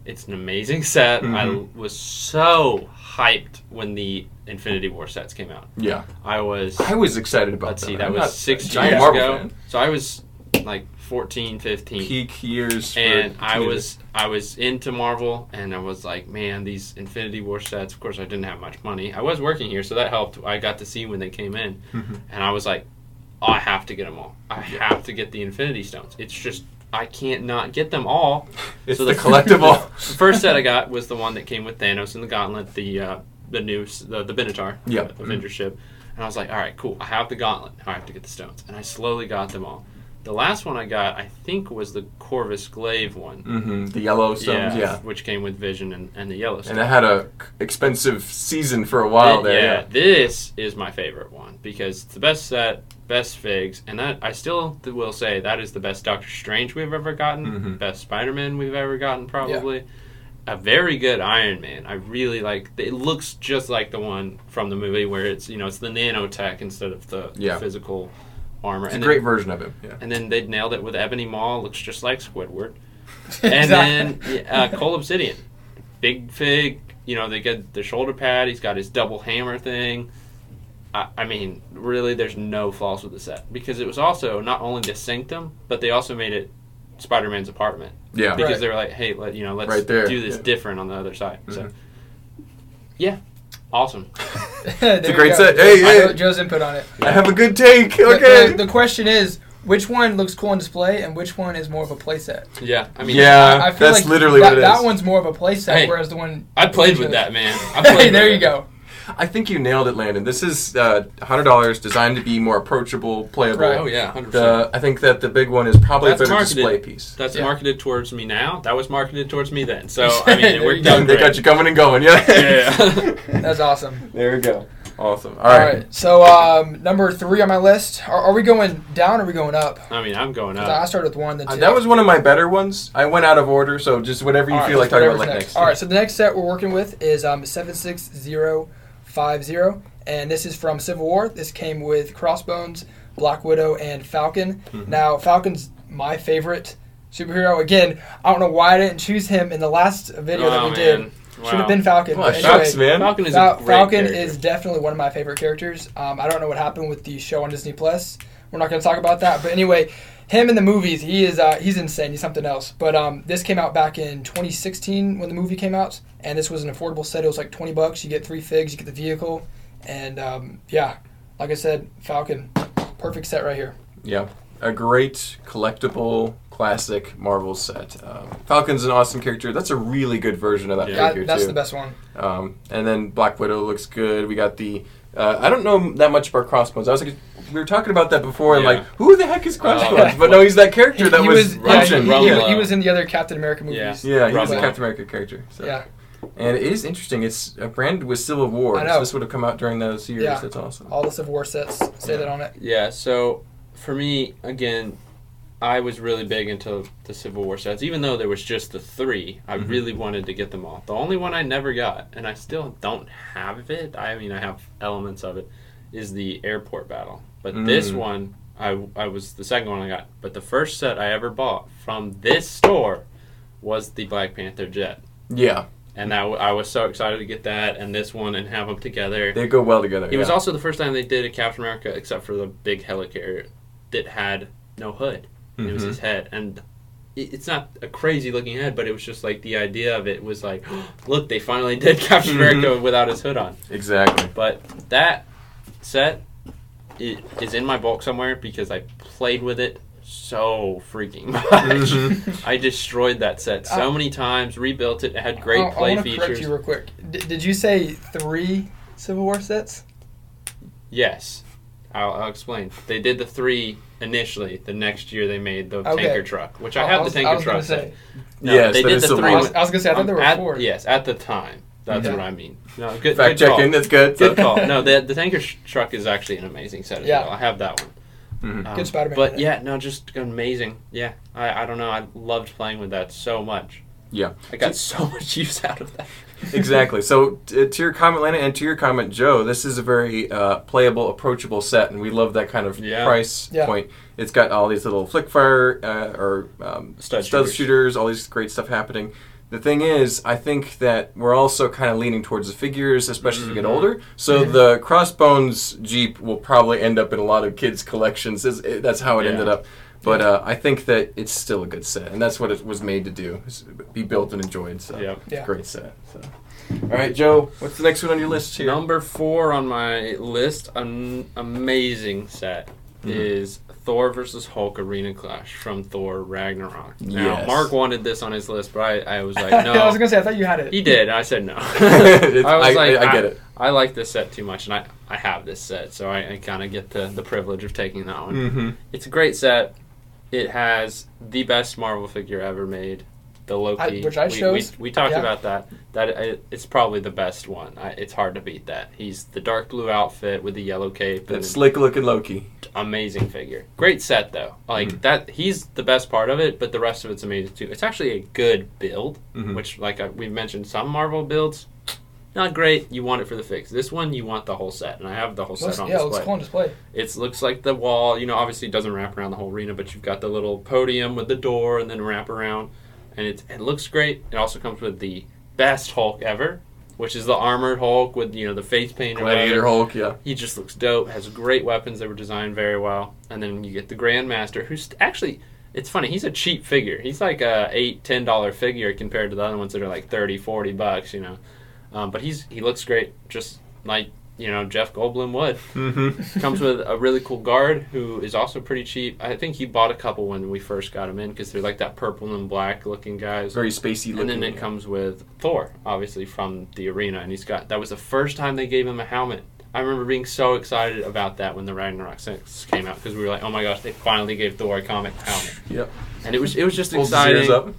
B: It's an amazing set.
A: Mhm.
B: I was so hyped when the Infinity War sets came out.
A: Yeah,
B: I was
A: I was excited about
B: let's
A: that.
B: see that
A: I'm not
B: was
A: a
B: 6
A: giant
B: years
A: Marvel
B: ago.
A: fan.
B: So I was like 14, 15.
A: Peak years, for
B: and I
A: teenagers.
B: was I was into Marvel, and I was like, man, these Infinity War sets. Of course, I didn't have much money. I was working here, so that helped. I got to see when they came in,
A: Mhm.
B: and I was like, "Oh, I have to get them all. I have to get the Infinity Stones. It's just I can't not get them all.
A: It's
B: so
A: the
B: the- [LAUGHS]
A: collectible.
B: The first
A: [LAUGHS]
B: set I got was the one that came with Thanos and the Gauntlet, the uh, the new s- the the Benatar,
A: Yeah.
B: the Avenger ship, and I was like, all right, cool. I have the Gauntlet. Now I have to get the stones, and I slowly got them all. The last one I got, I think, was the Corvus Glaive one.
A: hmm The Yellowstones, yeah.
B: Which came with Vision and, and the
A: And
B: Yellowstone.
A: it had a c- expensive season for a while
B: Th-
A: Oh, there.
B: yeah, this is my favorite one because it's the best set, best figs, and that I still th- will say that is the best Doctor Strange we've ever gotten,
A: Mhm.
B: best Spider Man we've ever gotten, probably. A very good Iron Man. I really like. It looks just like the one from the movie where it's you know it's the nanotech instead of the
A: Yeah.
B: physical armor.
A: It's a
B: and
A: great
B: Then,
A: version of it. Yeah.
B: and then they nailed it with Ebony Maw. Looks just like Squidward
C: [LAUGHS]
B: and
C: Exactly.
B: then yeah, uh, Cole Obsidian, Big Fig. You know, they get the shoulder pad. He's got his double hammer thing. I, I mean, really, there's no flaws with the set because it was also not only the sanctum, but they also made it Spider-Man's apartment
A: Yeah.
B: because
C: Right.
B: they were like, hey, let you know, let's
A: Right there,
B: do this
A: yeah.
B: different on the other side. So,
A: Mhm.
C: Mm-hmm.
B: yeah, awesome. [LAUGHS]
C: [LAUGHS] it's
A: a great set. Hey, hey.
C: Joe's input on it.
A: I have a good take.
C: The-
A: Okay.
C: The, the question is, which one looks cool on display, and which one is more of a playset?
B: Yeah, I mean,
A: yeah,
C: I feel
A: Uh, that's
C: like
A: literally
C: that,
A: what it is.
C: That one's more of a playset,
B: Hey.
C: whereas the one
B: I played with that man.
C: [LAUGHS]
B: I played
C: hey,
B: with
C: there
B: it.
C: you go.
A: I think you nailed it, Landon. This is uh, hundred dollars, designed to be more approachable, playable.
C: Right.
B: Oh yeah, hundred percent.
A: The, I think that the big one is probably
B: That's
A: a better
B: marketed.
A: display
B: [LAUGHS]
A: piece.
B: That's
C: Yeah.
B: marketed towards me now. That was marketed towards me then.
C: [LAUGHS]
B: So I mean, it
C: There you
B: worked
C: go.
B: out.
A: they
B: Great.
A: got you coming and going. Yeah.
B: Yeah.
C: That's awesome.
A: [LAUGHS] there we go. Awesome.
C: All right. So um, number three on my list. Are, are we going down? or Are we going up?
B: [LAUGHS]
C: 'Cause
B: I mean, I'm going
C: I
B: up.
C: started with one, then two.
A: Uh, that was one of my better ones. I went out of order, so just whatever you
C: All right,
A: feel like talking
C: whatever's
A: about like next.
C: All right. So the next set we're working with is um, seven six zero five zero, and this is from Civil War. This came with Crossbones, Black Widow, and Falcon. Now Falcon's my favorite superhero. Again, I don't know why I didn't choose him in the last video that
B: Oh,
C: we did.
B: man.
C: Should
B: Wow.
C: have been Falcon.
A: Well,
C: but
A: Oh, shucks,
C: anyway,
A: man.
B: Falcon is a
C: Fal-
B: great
C: Falcon
B: character.
C: is definitely one of my favorite characters. Um, I don't know what happened with the show on Disney Plus. We're not going to talk about that. But anyway, him in the movies, he is uh, he's insane. He's something else. But um, this came out back in 2016 when the movie came out, and this was an affordable set. It was like 20 bucks. You get three figs. You get the vehicle, and um, yeah, like I said, Falcon, perfect set right here.
A: Yeah, a great collectible classic Marvel set. Um, Falcon's an awesome character. That's a really good version of that
B: Yeah.
C: Yeah,
A: figure
C: that's
A: too.
C: the best one.
A: Um, and then Black Widow looks good. We got the. Uh, I don't know that much about Crossbones. I was like, we were talking about that before, and
B: Yeah.
A: like, who the heck is Crossbones?
B: Oh.
A: but no, he's that character that
C: he
A: was,
C: yeah, he,
A: mentioned.
C: he-
A: yeah.
C: he was in the other Captain America movies.
A: Yeah, he was a
B: Rumble.
A: Captain America character. So.
C: yeah.
A: and it is interesting. It's a brand with Civil War.
C: I
A: so
C: know.
A: this would have come out during those years.
C: Yeah.
A: That's awesome.
C: All the Civil War sets say that on it.
B: Yeah. So for me, again, I was really big into the Civil War sets. Even though there was just the three, I
A: Mhm.
B: really wanted to get them all. The only one I never got, and I still don't have it. I mean, I have elements of it. Is the airport battle, but this
A: Mm.
B: one. I, I was the second one I got, but the first set I ever bought from this store was the Black Panther jet.
A: Yeah,
B: and that I was so excited to get that and this one and have them together.
A: they go well together.
B: it was
A: yeah.
B: also the first time they did a Captain America, except for the big helicarrier that had no hood. It was
A: Mhm.
B: his head, and it- it's not a crazy looking head, but it was just like the idea of it was like, [GASPS] look, they finally did [LAUGHS] Captain
A: Mhm.
B: America without his hood on.
A: exactly.
B: But that set i- is in my bulk somewhere because I played with it so freaking [LAUGHS] much.
C: Mm-hmm. [LAUGHS]
A: Mhm.
B: I destroyed that set so
C: Uh,
B: many times, rebuilt it. It had great
C: I,
B: play
C: I want to correct
B: features.
C: you real quick. D- did you say three Civil War sets?
B: Yes. I'll, I'll explain. They did the three initially. The next year they made the
C: Okay.
B: tanker truck, which I have
C: was-
B: the
C: I
B: tanker
C: was gonna
B: truck.
C: say.
B: No,
A: yes,
B: they
A: that
B: did
A: is
B: the
A: Civil
B: three
A: War.
C: I was, I was gonna say. I thought
B: Um,
C: there were
B: at-
C: four.
B: Yes, at the time. That's what I mean. No, good,
A: Fact
B: good
A: check
B: call.
A: in. That's good.
B: Good call. No, the, the tanker sh- truck is actually an amazing set as
C: Yeah.
B: well. I have that one.
A: Mhm.
B: Um,
C: Good Spider-Man
B: But
C: in it.
B: yeah, no, just amazing. Yeah, I, I don't know. I loved playing with that so much.
A: Yeah.
B: I got so [LAUGHS] much use out of that.
A: exactly. So t- to your comment, Lana, and to your comment, Joe, this is a very uh, playable, approachable set, and we love that kind of
B: Yeah.
A: price
C: Yeah.
A: point. It's got all these little flick fire uh, or um,
B: Stud
A: stud
B: shooters.
A: shooters, all these great stuff happening. The thing is, I think that we're also kind of leaning towards the figures, especially as we get
B: Mhm.
A: older. So
C: Mhm.
A: the Crossbones Jeep will probably end up in a lot of kids' collections. That's- That's how it
B: Yeah.
A: ended up. But uh, I think that it's still a good set, and that's what it was made to do: is be built and enjoyed. So
B: [LAUGHS] Yep.
C: Yeah.
A: great set. So. All right, Joe, what's the next one on your list here? [LAUGHS]
B: Number [LAUGHS] four on my list, an amazing set,
A: Mm-hmm.
B: is Thor versus Hulk Arena Clash from Thor Ragnarok. Now,
A: Yes.
B: Mark wanted this on his list, but I, I
A: [LAUGHS]
B: was
C: [LAUGHS]
B: like, no.
C: I was gonna say. I thought you had it.
B: he did. and I said no. [LAUGHS]
A: It's- I- I- I get it.
B: I like this set too much, and I, I have this set, so I, I kind of get the, the privilege of taking that one.
A: Mm-hmm.
B: It's a great set. It has the best Marvel figure ever made, the Loki.
C: I- which I
B: we,
C: chose.
B: We, we talked
C: Yeah.
B: about that. That i it's probably the best one. I, it's hard to beat that. He's the dark blue outfit with the yellow cape.
A: That
B: and
A: slick looking Loki.
B: amazing figure. Great set though. Like that, he's the best part of it, but the rest of it's amazing too. It's actually a good build,
A: Mhm.
B: which like I, we've mentioned, some Marvel builds not great. You want it for the fix. This one, you want the whole set, and I have the whole set
C: Looks,
B: on
C: yeah,
B: display.
C: looks cool on display.
B: It looks like the wall, you know, obviously it doesn't wrap around the whole arena, but you've got the little podium with the door and then wrap around. And it, it looks great. It also comes with the best Hulk ever, which is the armored Hulk with, you know, the face paint. or
A: Gladiator
B: whatever.
A: Hulk, yeah.
B: He just looks dope, has great weapons that were designed very well. And then you get the Grandmaster, who's actually, it's funny, he's a cheap figure. He's like a 8 $10 figure compared to the other ones that are like 30 40 bucks, you know. Um, but he's he looks great, just like, you know, Jeff Goldblum would
A: Mm-hmm.
B: comes with a really cool guard who is also pretty cheap. I think he bought a couple when we first got him in because they're like that purple and black looking guys.
A: Very spacey looking.
B: And then it comes with Thor, obviously from the arena, and he's got that was the first time they gave him a helmet. I remember being so excited about that when the Ragnarok six came out because we were like, oh my gosh, they finally gave Thor a comic helmet.
A: Yep.
B: And it was it was just
A: Pulls his ears
B: exciting
A: up.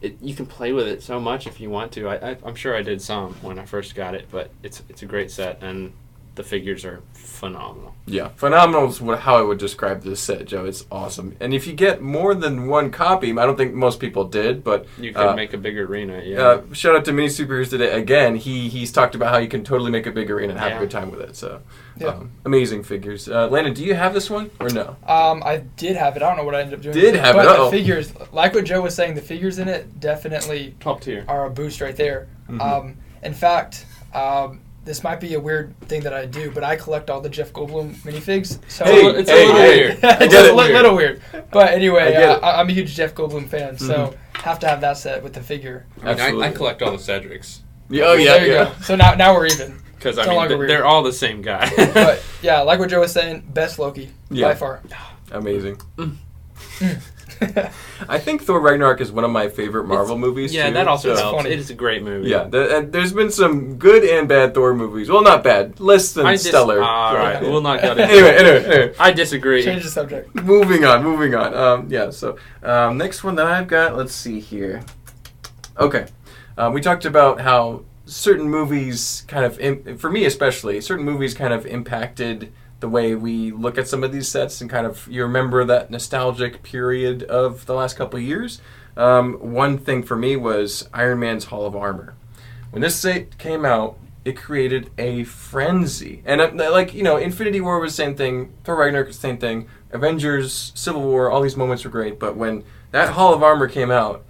B: it, you can play with it so much if you want to. I, I, I'm sure I did some when I first got it, but it's it's a great set and the figures are phenomenal.
A: Yeah, phenomenal is what, how I would describe this set, Joe. It's awesome. And if you get more than one copy, I don't think most people did, but
B: You could
A: uh,
B: make a bigger arena, yeah.
A: uh, shout out to Mini Superheroes today again. He he's talked about how you can totally make a big arena and have
B: Yeah.
A: a good time with it. So,
C: Yeah.
A: um, amazing figures. Uh, Landon, do you have this one or no?
C: Um, I did have it. I don't know what I ended up doing.
A: Did
C: with
A: have it,
C: but
A: uh-oh.
C: the figures, like what Joe was saying, the figures in it definitely
B: Top tier.
C: are a boost right there.
A: Mhm.
C: Um, in fact, um, this might be a weird thing that I do, but I collect all the Jeff Goldblum minifigs. So
A: Hey,
B: it's a
A: hey,
B: little
A: hey.
B: weird.
A: I
C: [LAUGHS] it's
A: get
C: a
A: it.
C: li- little weird. But anyway,
A: I
C: I
A: get it. Mm-hmm.
C: uh, I- I'm a huge Jeff Goldblum fan, so have to have that set with the figure.
B: I, mean, I,
A: Absolutely.
B: I collect all the Cedrics
A: Yeah, oh yeah,
C: there you
A: yeah.
C: go. So now now we're even.
B: because I
C: It's no
B: mean
C: longer
B: th-
C: weird.
B: they're all the
A: [LAUGHS]
B: same guy.
C: But yeah, like what Joe was saying, best Loki
A: Yeah.
C: by
A: [LAUGHS]
C: far.
A: Amazing. I think Thor Ragnarok is one of my favorite Marvel movies.
B: yeah,
A: too,
B: that also
A: so-
B: helps.
C: funny.
B: It is a great movie.
A: Yeah, th- and there's been some good and bad Thor movies. Well, not bad, less than
B: I dis-
A: stellar.
B: All right, we'll
A: [LAUGHS]
B: not go there.
A: anyway, anyway, anyway.
B: I disagree.
C: Change the subject.
A: moving on, moving on. Um, yeah, so um, next one that I've got, let's see here. Okay. Um, we talked about how certain movies kind of, im- for me especially, certain movies kind of impacted the way we look at some of these sets and kind of you remember that nostalgic period of the last couple of years. Um, one thing for me was Iron Man's Hall of Armor. When this set came out, it created a frenzy. And uh, like you know, Infinity War was the same thing, Thor Ragnarok was the same thing, Avengers, Civil War, all these moments were great. But when that Hall of Armor came out,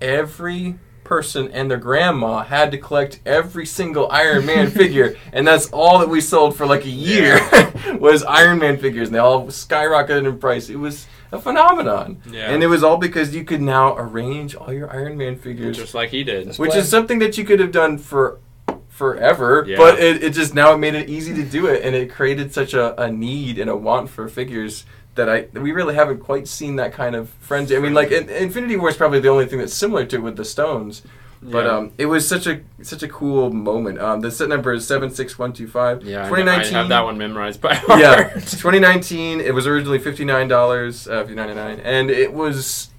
A: every person and their grandma had to collect every single Iron Man figure, and that's all that we sold for like a year [LAUGHS] was Iron Man figures, and they all skyrocketed in price. It was a phenomenon,
B: Yeah.
A: and it was all because you could now arrange all your Iron Man figures
B: Just like he did.
A: which
C: Play.
A: is something that you could have done for forever
B: Yeah.
A: but it, it just now it made it easy to do it and it created such a, a need and a want for figures that i that we really haven't quite seen that kind of frenzy i mean like in, infinity war is probably the only thing that's similar to it with the stones but
B: Yeah.
A: um, it was such a such a cool moment. Um, the set number is seven six one two five.
B: Yeah, I, know. I have that one memorized by [LAUGHS] heart.
A: Yeah, 2019. It was originally fifty nine dollars, uh, fifty ninety nine, and it was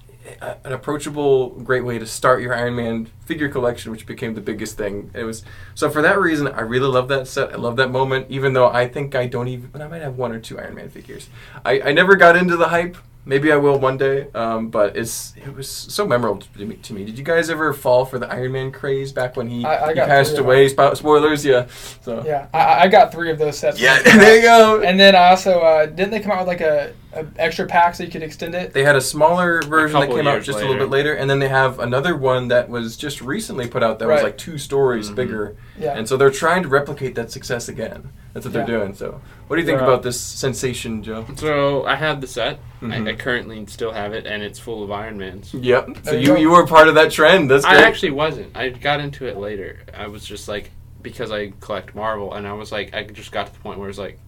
A: a- an approachable, great way to start your Iron Man figure collection, which became the biggest thing. It was so for that reason, I really love that set. I love that moment, even though I think I don't even. I might have one or two Iron Man figures. I, I never got into the hype. Maybe I will one day, um, but it's it was so memorable to me, to me. Did you guys ever fall for the Iron Man craze back when he,
C: I- I
A: he
C: got
A: passed
C: three of
A: away? Spo- spoilers, yeah. So
C: Yeah, I- I, I got three of those sets.
A: yeah, [LAUGHS] there you go.
C: And then I also uh, didn't they come out with like a, a extra pack so you could extend it?
A: They had a smaller version that
B: couple
A: came out
B: years
A: just a little
B: later.
A: bit later, and then they have another one that was just recently put out that was
C: Right.
A: like two stories
B: Mhm.
A: bigger.
C: Yeah.
A: And so they're trying to replicate that success again. That's what
C: Yeah.
A: they're doing. So, what do you think
B: Yeah.
A: about this sensation, Joe?
B: So uh, I have the set.
A: Mhm.
B: I, I currently still have it, and it's full of Iron Mans.
A: Yep. So
C: There you
A: you,
C: go.
A: you were part of that trend. That's great.
B: I actually wasn't. I got into it later. I was just like because I collect Marvel, and I was like, I just got to the point where it's like,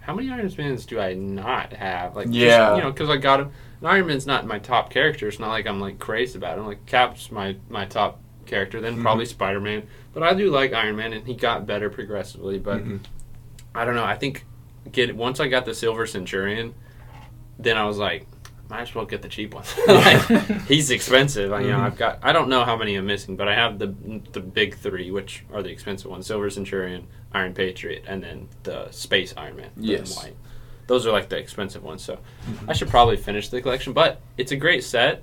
B: how many Iron Mans do I not have? Like, just,
A: Yeah.
B: you know, because I got him. And Iron Man's not my top character. It's not like I'm like crazy about him. Like Cap's my my top character. Then
A: Mm-hmm.
B: probably Spider Man. But I do like Iron Man, and he got better progressively.
A: [LAUGHS]
B: But [LAUGHS]
A: Mhm.
B: I don't know. I think get once I got the Silver Centurion, then I was like, might as well get the cheap one. [LAUGHS] like, he's expensive. I, you know,
A: Mm-hmm.
B: I've got. I don't know how many I'm missing, but I have the the big three, which are the expensive ones: Silver Centurion, Iron Patriot, and then the Space Iron Man. the
A: Yes. Mm-hmm.
B: white. Those are like the expensive ones. So I should probably finish the collection, but it's a great set.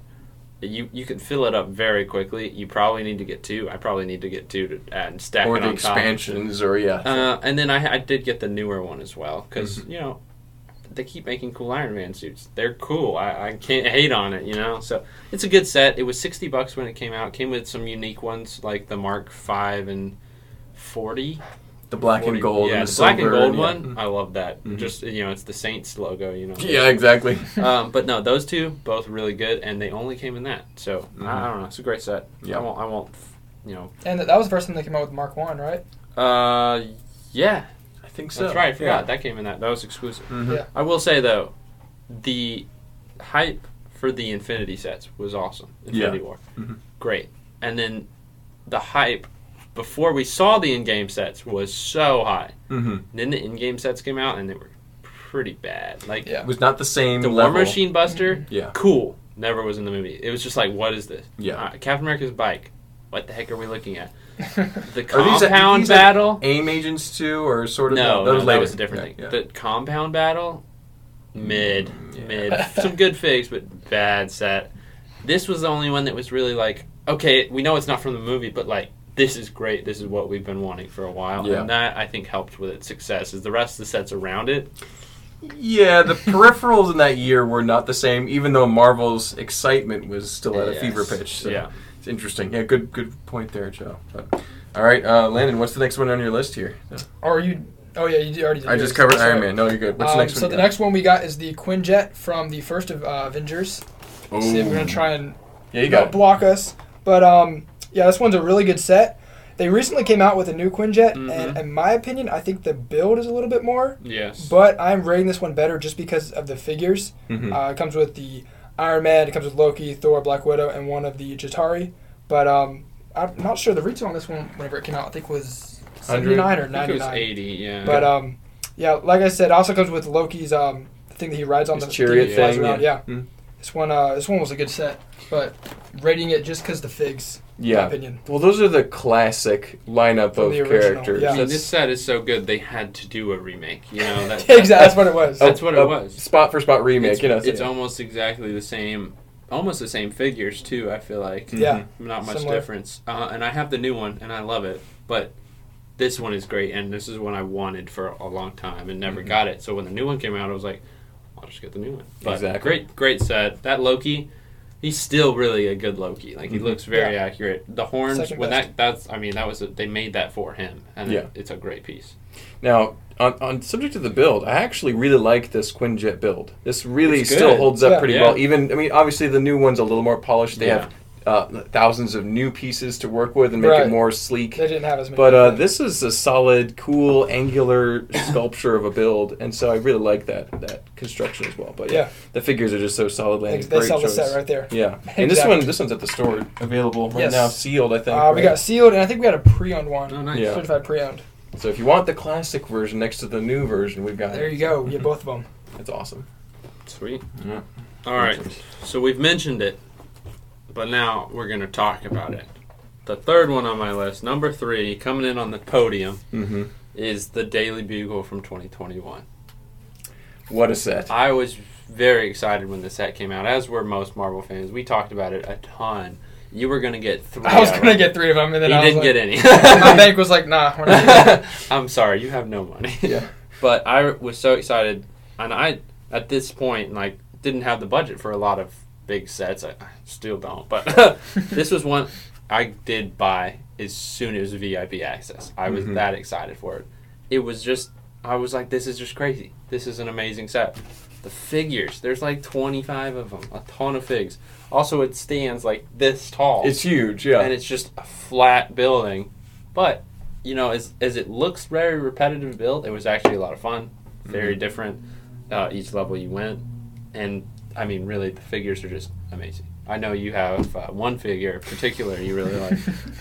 B: You you can fill it up very quickly. You probably need to get two. I probably need to get two to add and stack
A: or
B: it
A: the
B: on top.
A: expansions, or yeah.
B: Uh, and then I, I did get the newer one as well because you know they keep making cool Iron Man suits. They're cool. I, I can't hate on it. You know, so it's a good set. It was sixty bucks when it came out. It came with some unique ones like the Mark Five and forty.
A: the black
B: 40
A: and gold,
B: yeah,
A: and the,
B: the black and
A: silver,
B: gold
A: yeah.
B: one. I love that.
A: Mhm.
B: Just you know, it's the Saints logo. You know.
A: Yeah, exactly.
B: [LAUGHS] um, but no, those two both really good, and they only came in that. So I, I don't know. It's a great set.
A: Mm-hmm. Yeah.
B: I won't. I won't. You know.
C: And that, that was the first time they came out with Mark One, right?
B: Uh, yeah.
A: I think so.
B: That's right. I forgot Mm-hmm.
A: Yeah.
B: that came in that. That was exclusive.
A: Mhm.
C: Yeah.
B: I will say though, the hype for the Infinity sets was awesome. Infinity
A: Yeah.
B: War,
A: Mhm.
B: great. And then the hype before we saw the in-game sets was so high.
A: Mhm.
B: Then the in-game sets came out and they were pretty bad. Like
C: Yeah.
A: It was not the same
B: the
A: level. Mm-hmm.
B: War Machine Buster,
A: Yeah.
B: cool. Never was in the movie. It was just like, what is this?
A: Yeah.
B: Uh, Captain America's bike. What the heck are we looking at? The
A: Are these-
B: compound
A: these like
B: battle.
A: AIM agents too, or sort of
B: No,
A: that
B: no,
A: was
B: that
A: later.
B: was a different
A: Yeah, Mm,
B: thing. The compound battle, mid,
A: yeah. [LAUGHS]
B: mid. Some good figs, but bad set. This was the only one that was really like, okay, we know it's not from the movie, but like, this is great. This is what we've been wanting for a while,
A: Yeah.
B: and that I think helped with its success. Is the rest of the sets around it?
A: yeah. Yeah, the peripherals in that year were not the same, even though Marvel's excitement was still at a
B: Yes.
A: fever pitch. So
B: Yeah.
A: it's interesting. Yeah, good good point there, Joe. But, all right, uh, Landon, what's the next one on your list here? No,
C: [LAUGHS] Or you? Oh yeah, you already did.
A: I
C: yours.
A: just covered
C: Sorry.
A: Iron Man. No, you're good. What's
C: Um,
A: the next
C: so
A: one?
C: the next one we got is the Quinjet from the first of uh, Avengers.
A: Oh.
C: See, we're gonna try and
A: Yeah, you got
C: not
A: it.
C: block us. But um, yeah, this one's a really good set. They recently came out with a new Quinjet,
A: Mm-hmm.
C: and in my opinion, I think the build is a little bit more.
B: Yes.
C: But I'm rating this one better just because of the figures.
A: Mhm.
C: Uh, it comes with the Iron Man, it comes with Loki, Thor, Black Widow, and one of the Jatari. But um, I'm not sure the retail on this one, whenever it came out, I think was
A: 100?
C: 79 or
B: I think it was
C: 99.
B: eighty. Yeah.
C: But um, yeah, like I said, it also comes with Loki's um the thing that he rides on
A: His
C: the
A: chariot
C: he flies
A: thing,
C: around.
A: yeah.
C: Yeah.
A: Mm.
C: this one uh this one was a good set, but rating it just because the figs. in my
A: Yeah.
C: opinion. [LAUGHS]
A: Well, those are the classic lineup
C: From
A: of
C: the original,
A: characters.
C: yeah.
B: I mean,
A: That's-
B: this set is so good they had to do a remake.
A: [LAUGHS]
B: You know. That,
C: exactly, that's what it was.
B: That's
A: a-
B: what it
A: a
B: was.
A: Oh, Spot for spot remake.
B: it's,
A: you know, so
B: it's
A: yeah.
B: almost exactly the same, almost the same figures too. I feel like
C: Yeah.
B: not much
C: Similar.
B: difference. Uh, and I have the new one, and I love it. But this one is great, and this is one I wanted for a long time and never got it. So when the new one came out, I was like, I'll just get the new one. But
A: Exactly.
B: great, great set. That Loki. He's still really a good Loki. Like he
A: Mhm.
B: looks very accurate. The horns
C: Second
B: when that
C: best.
B: that's I mean that was a, they made that for him and
A: Yeah.
B: it's a great piece.
A: Now, on, on subject of the build, I actually really like this Quinjet build. This really
B: It's good.
A: still holds up
C: Yeah.
A: pretty
B: Yeah.
A: well. Even I mean, obviously the new one's a little more polished. They
B: Yeah.
A: have uh, thousands of new pieces to work with and make it
C: Right.
A: more sleek.
C: they didn't have as many.
A: But uh, this is a solid, cool, angular sculpture of a build, and so I really like that that construction as well. But yeah,
C: Yeah.
A: the figures are just so solid.
C: they,
A: Landon.
C: they
A: Great
C: sell
A: choice.
C: the set right there.
A: Yeah, and this
C: Exactly.
A: one, this one's at the store available right
C: Yes.
A: now, sealed. I think.
C: Uh, we
A: right?
C: got sealed, and I think we got a pre-owned one,
B: Oh, nice.
A: Yeah.
C: certified pre-owned.
A: So if you want the classic version next to the new version, we've got
C: There
A: it.
C: you go. Yeah, both
A: [LAUGHS]
C: of them.
A: It's awesome.
B: Sweet.
A: Yeah.
B: All right. So we've mentioned it, but now we're going to talk about it. The third one on my list, number three, coming in on the podium,
A: Mm-hmm.
B: is the Daily Bugle from 2021.
A: What a set.
B: I was very excited when the set came out, as were most Marvel fans. We talked about it a ton. You were going to get three.
C: I was
B: of
C: gonna
B: them.
C: get three of them, and then
B: You
C: I was
B: didn't
C: like,
B: get any.
C: [LAUGHS] my
B: [LAUGHS]
C: bank was like, nah,
A: [LAUGHS]
C: we're not. Doing that.
B: I'm sorry, you have no money.
A: Yeah.
B: [LAUGHS] But I was so excited, and I at this point like didn't have the budget for a lot of big sets. I, I still
A: [LAUGHS]
B: don't. But [LAUGHS] this was one I did buy as soon as VIP access. I was
A: Mhm.
B: that excited for it. It was just I was like, this is just crazy. This is an amazing set. The figures, there's like 25 of them, a ton of figs. Also, it stands like this tall
A: It's huge, yeah.
B: and it's just a flat building. But you know, as as it looks very repetitive build, it was actually a lot of fun, very different. Uh, each level you went, and I mean, really, the figures are just amazing. I know you have uh, one figure in particular you really
A: [LAUGHS]
B: like,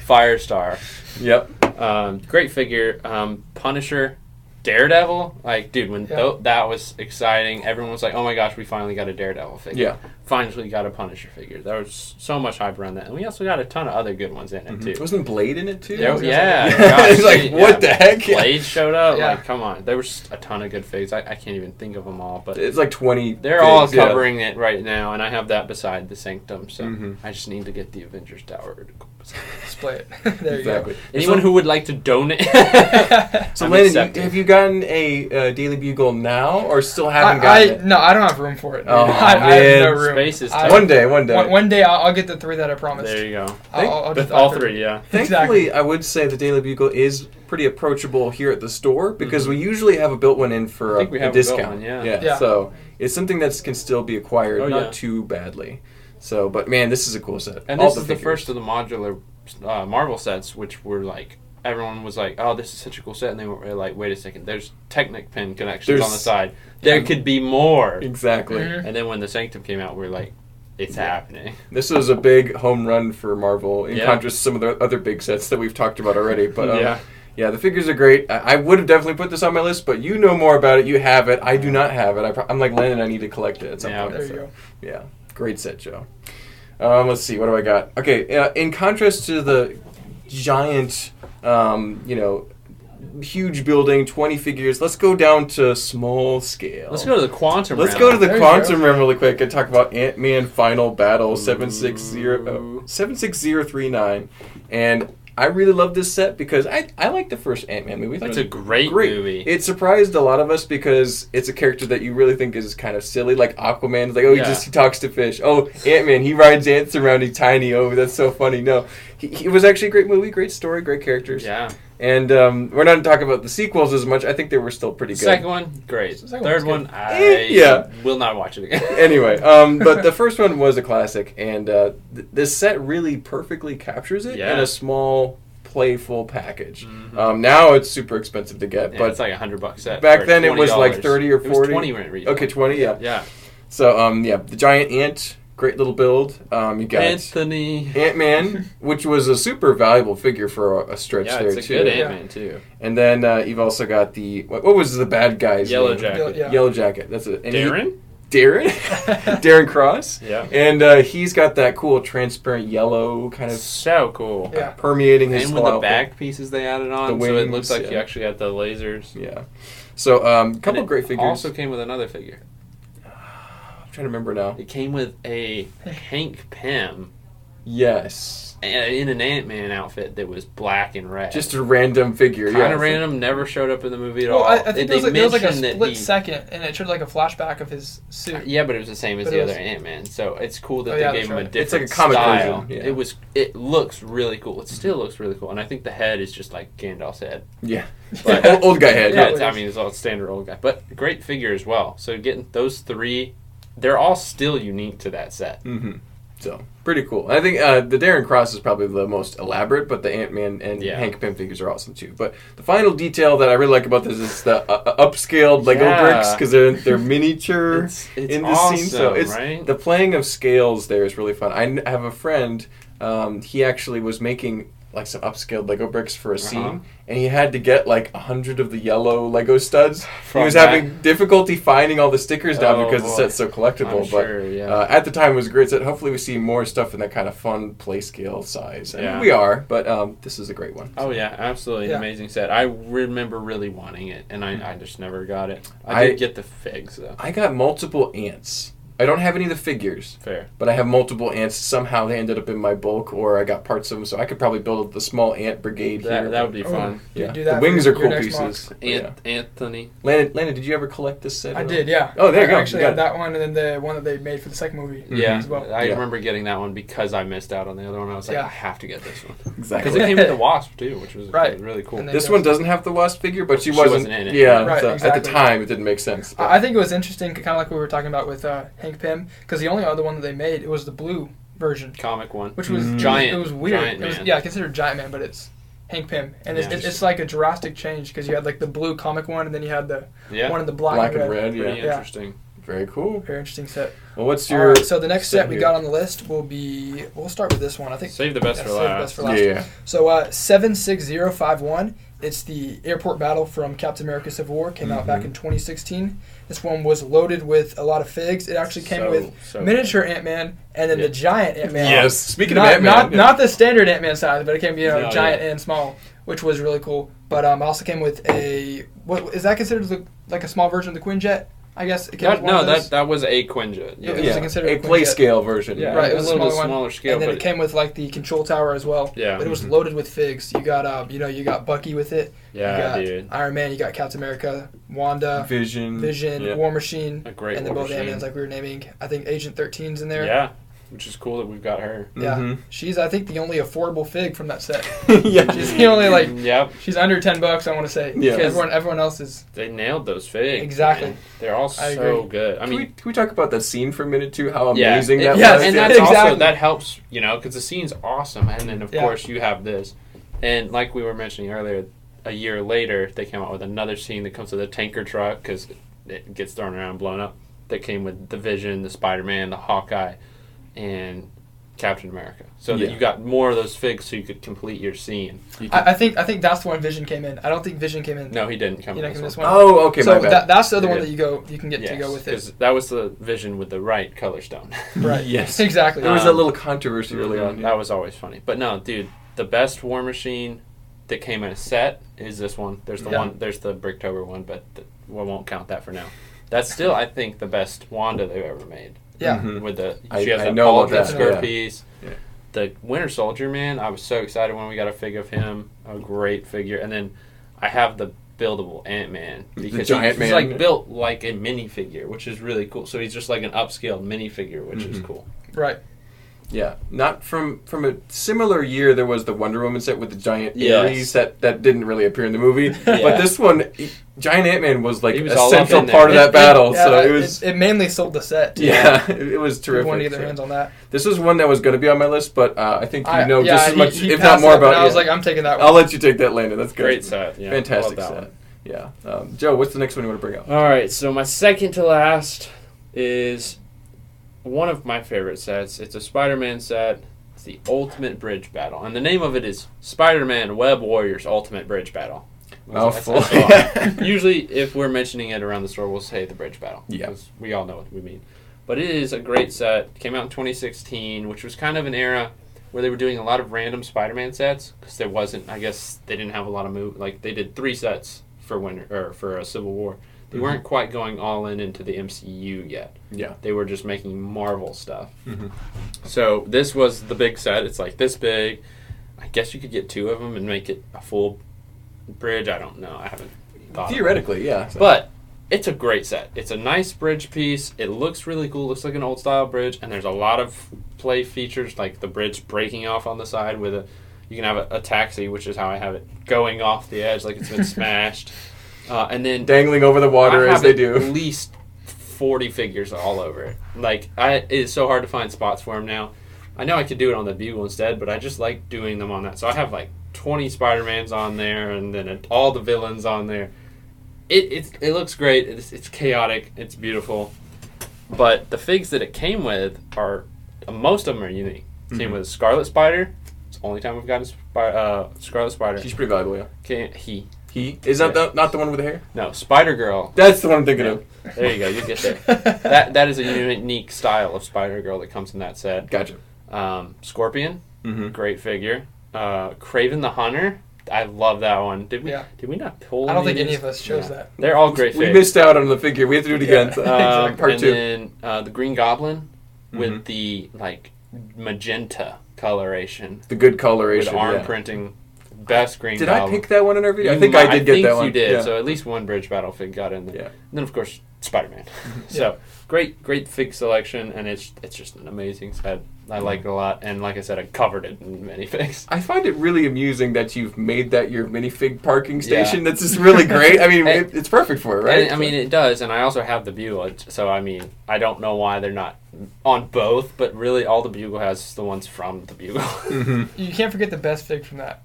B: Firestar.
A: yep.
B: Um, great figure. Um, Punisher, Daredevil, like dude, when
C: Yeah.
B: tho- that was exciting, everyone was like, "Oh my gosh, we finally got a Daredevil figure!
A: Yeah.
B: Finally got a Punisher figure!" There was so much hype around that, and we also got a ton of other good ones in it too.
A: Mm-hmm. Wasn't Blade in it too?
B: There-
A: Was there
B: yeah,
A: something-
B: gosh,
A: [LAUGHS] it's like
B: yeah.
A: what the heck? [LAUGHS] Yeah.
B: Blade showed up.
C: Yeah.
B: Like, come on, there was a ton of good figs. I, I can't even think of them all, but
A: It's like twenty.
B: they're all
A: figs, yeah.
B: covering it right now, and I have that beside the Sanctum. So
A: Mhm.
B: I just need to get the Avengers Tower. article beside it.
C: Split it. [LAUGHS] there
A: Exactly.
B: Anyone
A: So-
B: who would like to
A: [LAUGHS]
B: donate.
C: you go. [LAUGHS]
A: So,
B: I'm
A: Landon, you,
B: accepting.
A: have you gotten a uh, Daily Bugle now, or still [LAUGHS] haven't
C: I,
A: gotten
C: I no, I don't have room for it.
A: Oh,
C: [LAUGHS] I, I
A: man.
C: have no room.
B: Space is
A: it?
C: I-
B: tight.
A: One day, one day.
C: One, one day I'll, I'll get the three that I promised.
B: There you go.
C: I'll, I'll, I'll
B: With
C: just-
B: all
C: I'll-
B: three, yeah.
A: Thankfully,
C: Exactly.
A: I would say the Daily Bugle is pretty approachable here at the store because we usually have a built one in for
B: Mm-hmm. I
A: a,
B: think we
A: a
B: have a built
A: discount.
B: one, yeah.
A: Yeah,
C: Yeah.
A: So it's something that can still be acquired,
B: Oh,
A: not
B: yeah.
A: too badly. So, but man, this is a cool set.
B: And
A: All
B: this is the
A: figures.
B: first of the modular uh, Marvel sets, which were like everyone was like, "Oh, this is such a cool set," and they were like, "Wait a second, there's Technic pin connections on the
A: There's-
B: side. There
A: Yeah.
B: could be more."
A: [LAUGHS] Exactly.
C: Mhm.
B: And then when the Sanctum came out, we are like, "It's happening."
A: This was a big home run for Marvel in
B: Yeah.
A: contrast to some of the other big sets that we've talked about already. But um,
B: Yeah.
A: yeah. the figures are great. I, I would have definitely put this on my list, but you know more about it. You have it. I do not have it. I pro- I'm like Landon. I need to collect it at some
B: Yeah.
A: point.
C: There you
A: so.
C: go.
A: Yeah, great set, Joe. Um, let's see, what do I got? Okay, uh, in contrast to the giant, um, you know, huge building, twenty figures. Let's go down to small scale.
B: [LAUGHS] Let's go to the quantum.
A: Let's
B: round.
A: go to the
C: There you
A: quantum
C: go.
A: realm really quick and talk about Ant Man Final Battle seven six zero
B: Ooh.
A: oh, 76039. And I really love this set because I, I like the first Ant Man movie. I thought
B: It's
A: it
B: a great, movie.
A: it surprised a lot of us because it's a character that you really think is kind of silly, like Aquaman. It's like, oh, he
B: Yeah.
A: just he talks to fish. Oh, Ant Man, he rides ants around. He's tiny. Oh, that's so funny. No, he, he- it was actually a great movie, great story, great characters.
B: yeah.
A: And um, we're not talking about the sequels as much. I think they were still pretty good.
B: Second one, great.
C: Second
B: Third
C: one's
B: one,
C: good.
B: I
A: Yeah.
B: will not watch it again.
A: anyway, um, but the first one was a classic, and uh, th- this set really perfectly captures it in
B: Yeah.
A: a small, playful package.
B: Mhm.
A: Um, now it's super expensive to get,
B: [LAUGHS] Yeah,
A: but
B: it's like a hundred bucks set.
A: back
B: for
A: then it was like
B: $20.
A: 30 or
B: It was
A: 40.
B: Twenty when it reached.
A: okay, twenty, yeah.
B: Yeah.
A: So um, yeah, the giant ant, great little build. Um, you got
B: Anthony.
A: Ant
B: [LAUGHS]
A: Man, which was a super valuable figure for a, a stretch
B: Yeah,
A: there
B: it's a
A: too.
B: good
C: Yeah.
B: Ant Man too.
A: And then uh, you've also got the what, what was the bad guy's
B: Yellow
A: name?
B: Jacket.
C: Yeah.
A: Yellow Jacket. That's it. And he-
B: Darren. [LAUGHS]
A: Darren. Darren Cross.
B: Yeah.
A: And uh, he's got that cool transparent yellow kind of
B: so cool.
C: Yeah.
A: permeating his
B: And
A: whole
B: with the
A: outfit.
B: back pieces they added on,
A: The
B: so it
A: wings,
B: looks like you
A: yeah.
B: actually had the lasers.
A: Yeah. So um, a couple
B: And it
A: great figures.
B: Also came with another figure.
A: I'm trying to remember now.
B: It came with a Hank Pym
A: Yes.
B: and- in an Ant Man outfit that was black and red.
A: Just a random figure.
B: kind
A: yeah.
B: of random. Never showed up in the movie at
C: Well,
B: all.
C: I, I think there was, like, there was like a
B: mentioned that
C: split
B: he-
C: second, and it showed like a flashback of his suit.
B: Yeah, but it was the same as
C: But
B: the
C: it was-
B: other Ant Man. So it's cool that
C: Oh, yeah,
B: they gave
C: that's
B: him a
C: right.
B: different
A: It's like a comic
B: style.
A: version, yeah.
B: It was. It looks really cool. It still looks really cool, and I think the head is just like Gandalf's head.
A: Yeah. [LAUGHS]
B: But-
A: Old, old guy head.
B: Yeah,
A: Yeah.
B: it's, I mean, it's all standard old guy, but great figure as well. So getting those three, they're all still unique to that set.
A: hmm So pretty cool. I think uh, the Darren Cross is probably the most elaborate, but the Ant Man and
B: Yeah.
A: Hank Pym figures are awesome too. But the final detail that I really like about this is the uh, uh, upscaled Lego
B: Yeah.
A: bricks because they're
B: [LAUGHS]
A: they're miniature.
B: It's, it's
A: in the
B: awesome,
A: scene. So it's
B: right?
A: the playing of scales there is really fun. I kn- have a friend. Um, he actually was making like some upscaled Lego bricks for a
B: Uh-huh.
A: scene, and he had to get like a hundred of the yellow Lego studs.
B: From
A: he was
B: that-
A: having difficulty finding all the stickers down
B: Oh,
A: because
B: boy.
A: the set's so collectible.
B: I'm
A: but
B: sure, yeah.
A: uh, at the time, it was a great set. Hopefully, we see more stuff in that kind of fun play scale size. And
B: Yeah.
A: we are, but um, this is a great one.
B: oh yeah, absolutely an
C: Yeah.
B: amazing set. I remember really wanting it, and I, I just never got it. I,
A: I-
B: did get the figs though.
A: I got multiple ants. I don't have any of the figures.
B: Fair.
A: but I have multiple ants. Somehow they ended up in my bulk, or I got parts of them, so I could probably build the small ant brigade
B: That,
A: here.
B: that would be
C: Oh,
B: fun.
C: you
A: yeah.
C: do that
A: the
C: for
A: wings
C: your-
A: are
C: your
A: cool
C: next
A: pieces.
B: Ant-
A: Yeah.
B: Anthony.
A: Landon, Landon, did you ever collect this set? at
C: I
A: all?
C: did, yeah.
A: Oh, there you
C: I
A: go. You
C: Actually,
A: got
C: had
A: it.
C: that one, and then the one that they made for the second movie.
B: Yeah,
C: as well.
B: I
A: Mm-hmm. Yeah.
B: remember getting that one because I missed out on the other one. I was like,
C: Yeah.
B: I have to get this one because
A: Exactly.
B: it came with the wasp too, which was
C: Right.
B: really cool.
C: And then-
A: This one doesn't have the wasp figure, but she,
B: She
A: wasn't.
B: wasn't in it.
A: Yeah,
C: Right,
A: so at the
C: exactly.
A: time it didn't make sense. but-
C: I I think it was interesting, kind of like what we were talking about with uh, Hank Pym, because the only other one that they made it was the blue version,
B: Comic one.
C: which was
A: Mhm.
B: Giant-
C: It was weird.
B: Giant
C: it was,
B: Man.
C: Yeah, considered Giant Man, but it's Hank Pim, and
B: Yeah.
C: it's, it's, it's like a drastic change because you had like the blue comic one, and then you had the
B: Yeah.
C: one in the black,
A: Black
C: and
A: and
C: red.
A: red, yeah.
B: Pretty
C: Yeah.
B: interesting.
A: Very cool.
C: Very interesting set.
A: Well, what's
C: All
A: your.
C: right, so the next
A: set
C: set we
A: here.
C: got on the list will be. We'll start with this one. I think
B: Save the best
C: Yeah,
B: for
C: save the
B: last.
C: best for
A: yeah,
C: last.
A: yeah.
C: So uh, seven six zero five one It's the airport battle from Captain America Civil War. Came out
A: Mm-hmm.
C: back in 2016. This one was loaded with a lot of figs. It actually came
A: So-
C: with
A: so-
C: miniature Ant Man and then
B: Yeah.
C: the giant Ant Man.
A: Yes. Speaking
C: not,
A: of Ant-Man,
C: not, not the standard Ant Man size, but it came you know
B: No,
C: giant
B: yeah.
C: and small, which was really cool. But um, it also came with a what is that considered the, like a small version of the Quinjet? I guess. It came
B: That,
C: with one
B: no,
C: of
B: that
C: those.
B: that was a Quinjet. Yeah,
C: It was
A: yeah,
C: considered
A: a
C: a
A: play
C: quintet.
A: scale version.
B: yeah,
C: Right,
B: it
C: it was
B: was a
C: a
B: little
C: smaller
B: bit
C: one,
B: smaller scale,
C: and then
B: but
C: it came with like the control tower as well.
B: Yeah.
C: But it was
A: Mhm.
C: loaded with figs. You got um, you know, you got Bucky with it. you
B: yeah,
C: got
B: dude,
C: Iron Man. You got Captain America, Wanda,
A: Vision.
C: uh, Vision,
A: Yeah.
C: War Machine,
B: a great
C: and then
B: War
C: both Ant
B: Machine.
C: Man's like we were naming. I think Agent 13's in there.
B: Yeah, which is cool that we've got her.
C: Yeah.
A: Mhm.
C: She's I think the only affordable fig from that set.
A: Mm-hmm.
C: [LAUGHS]
A: yeah.
C: She's the only like
B: Yep,
C: she's under ten bucks. I want to say.
A: Yeah.
C: Everyone everyone else is
B: they nailed those figs.
C: Exactly.
B: man. They're all
C: I
B: so
C: agree.
B: good. I
A: can, we,
B: mean,
A: can we talk about that scene for a minute too? How
B: yeah,
A: amazing
B: it-
A: that
C: yes,
A: was.
B: and
C: yeah,
B: that's also
C: exactly.
B: that helps, you know, because the scene's awesome, and then of
C: Yeah.
B: course you have this, and like we were mentioning earlier, a year later they came out with another scene that comes with a tanker truck because it gets thrown around, and blown up. That came with the Vision, the Spider Man, the Hawkeye, and Captain America. So
A: Yeah.
B: that you got more of those figs, so you could complete your scene. You could-
C: I, I think I think that's the one Vision came in. I don't think Vision came in.
B: no, he didn't come.
C: You
B: in
C: know,
B: this
C: this
B: one.
C: one.
A: Oh, okay,
C: so
A: my bad.
C: that, that's the other
B: You're
C: one
B: good.
C: that you go you can get to
B: Yes,
C: go with it.
B: 'cause that was the Vision with the right color
C: [LAUGHS]
B: stone.
A: [LAUGHS]
C: Right.
A: Yes.
C: Exactly. Uh,
A: There was that
B: Um,
A: little controversy early
B: Yeah,
A: on.
B: That was always funny. But no, dude, the best War Machine that came in a set is this one. There's the
C: Yeah.
B: one. There's the Bricktober one, but th- we won't count that for now. That's still, I think, the best Wanda they've ever made.
C: yeah.
A: Mhm.
B: With the
A: I-
B: she has
A: I
B: that
A: know
B: pauldron
A: that,
B: skirt
A: yeah.
B: piece.
A: Yeah.
B: The Winter Soldier, man, I was so excited when we got a fig of him. A great figure, and then I have the buildable Ant Man because
A: giant
B: he's
A: man.
B: like built like a minifigure, which is really cool. So he's just like an upscaled minifigure, which is
A: Mhm.
B: cool.
C: Right.
A: Yeah, not from from a similar year. There was the Wonder Woman set with the giant
B: Yes.
A: Ares that that didn't really appear in the
C: [LAUGHS]
A: movie,
B: Yeah.
A: but this one, e- Giant Ant Man was like
B: He was
A: a
B: all up
A: central
B: in there.
A: part of that
C: It-
A: battle.
C: yeah,
A: so it was,
C: It, it mainly sold the set.
A: yeah, [LAUGHS] it, it was terrific.
C: Everyone to get their
A: so.
C: hands on that.
A: This was one that was going to be on my list, but uh, I think you
C: I-
A: know
C: yeah,
A: just as
C: he-
A: much,
C: he
A: if not
C: passed
A: more
C: up, and
A: about.
C: I was
A: yeah.
C: like, I'm taking that
A: I'll
C: one.
A: let you take that, Landon. That's good.
B: Great set, yeah,
A: fantastic
B: love that
A: set.
B: one.
A: Yeah, um, Joe, what's the next one you want to bring up?
B: All right, so my second to last is one of my favorite sets. It's a Spider-Man set. It's the Ultimate Bridge Battle, and the name of it is Spider-Man Web Warriors Ultimate Bridge Battle.
A: Mouthful.
B: That's-
A: [LAUGHS]
B: that's all. [LAUGHS] Usually, if we're mentioning it around the store, we'll say the Bridge Battle.
A: Yeah.
B: 'cause we all know what we mean. But it is a great set. Came out in 2016, which was kind of an era where they were doing a lot of random Spider-Man sets because there wasn't. I guess they didn't have a lot of move. Like they did three sets for Winter or for uh, Civil War. They weren't quite going all in into the MCU yet.
A: Yeah.
B: They were just making Marvel stuff.
A: Mhm.
B: So this was the big set. It's like this big. I guess you could get two of them and make it a full bridge. I don't know. I haven't thought. about it.
A: Theoretically, yeah. so-
B: But it's a great set. It's a nice bridge piece. It looks really cool. Looks like an old style bridge, and there's a lot of play features like the bridge breaking off on the side with a. You can have a, a taxi, which is how I have it, going off the edge like it's
A: [LAUGHS]
B: been smashed, uh, and then
A: dangling over the water
B: I
A: as
B: have
A: they
B: at
A: do. [LAUGHS]
B: least forty figures all over it. Like I, it's so hard to find spots for them now. I know I could do it on the Bugle instead, but I just like doing them on that. So I have like twenty Spider Mans on there, and then it, all the villains on there. It it's, it looks great. It's, it's chaotic. It's beautiful. But the figs that it came with are uh, most of them are unique. It
A: Mm-hmm.
B: Came with a Scarlet Spider. It's the only time we've gotten a spi- uh, Scarlet Spider.
A: She's pretty valuable. Yeah.
B: Can't he?
A: He is that the, not the one with the hair?
B: No, Spider Girl.
A: That's the one I'm thinking
B: Yeah.
A: of.
B: There you go. You'll
C: [LAUGHS]
B: get
A: [LAUGHS]
B: there. that that is a unique style of Spider Girl that comes in that set.
A: Gotcha.
B: Um, Scorpion,
A: Mm-hmm.
B: great figure. Uh, Craven the Hunter, I love that one. Did we
C: Yeah.
B: did we not pull?
C: I don't think
B: these?
C: any of us chose
B: Yeah.
C: that.
B: They're all great
A: We
B: figures.
A: missed out on the figure. We have to do it [LAUGHS]
C: Yeah.
A: again. so-
B: Um,
C: Exactly.
A: Part
B: and
A: two.
B: then uh, the Green Goblin with
A: Mhm.
B: the like magenta coloration,
A: the good
B: with
A: coloration.
B: arm
A: yeah.
B: printing. Best Green
A: Did I
B: Goblin.
A: pick that one in our video? I
B: You
A: think
B: mi-
A: I did get
B: think
A: that one.
B: You did.
A: Yeah.
B: So at least one bridge battle fig got in there.
A: Yeah.
B: And then of course Spider [LAUGHS] Man. so great, great fig selection, and it's it's just an amazing set. I like it a lot, and like I said, I covered it in many [LAUGHS] figs.
A: I find it really amusing that you've made that your minifig parking
B: Yeah.
A: station. That's just really great. I mean,
B: [LAUGHS] Hey.
A: it, it's perfect for it, right?
B: And, I mean, it does, and I also have the bugle. It's- So I mean, I don't know why they're not on both, but really, all the bugle [LAUGHS] has is the ones from the bugle.
C: Mm-hmm.
A: Mhm.
C: You can't forget the best fig from that.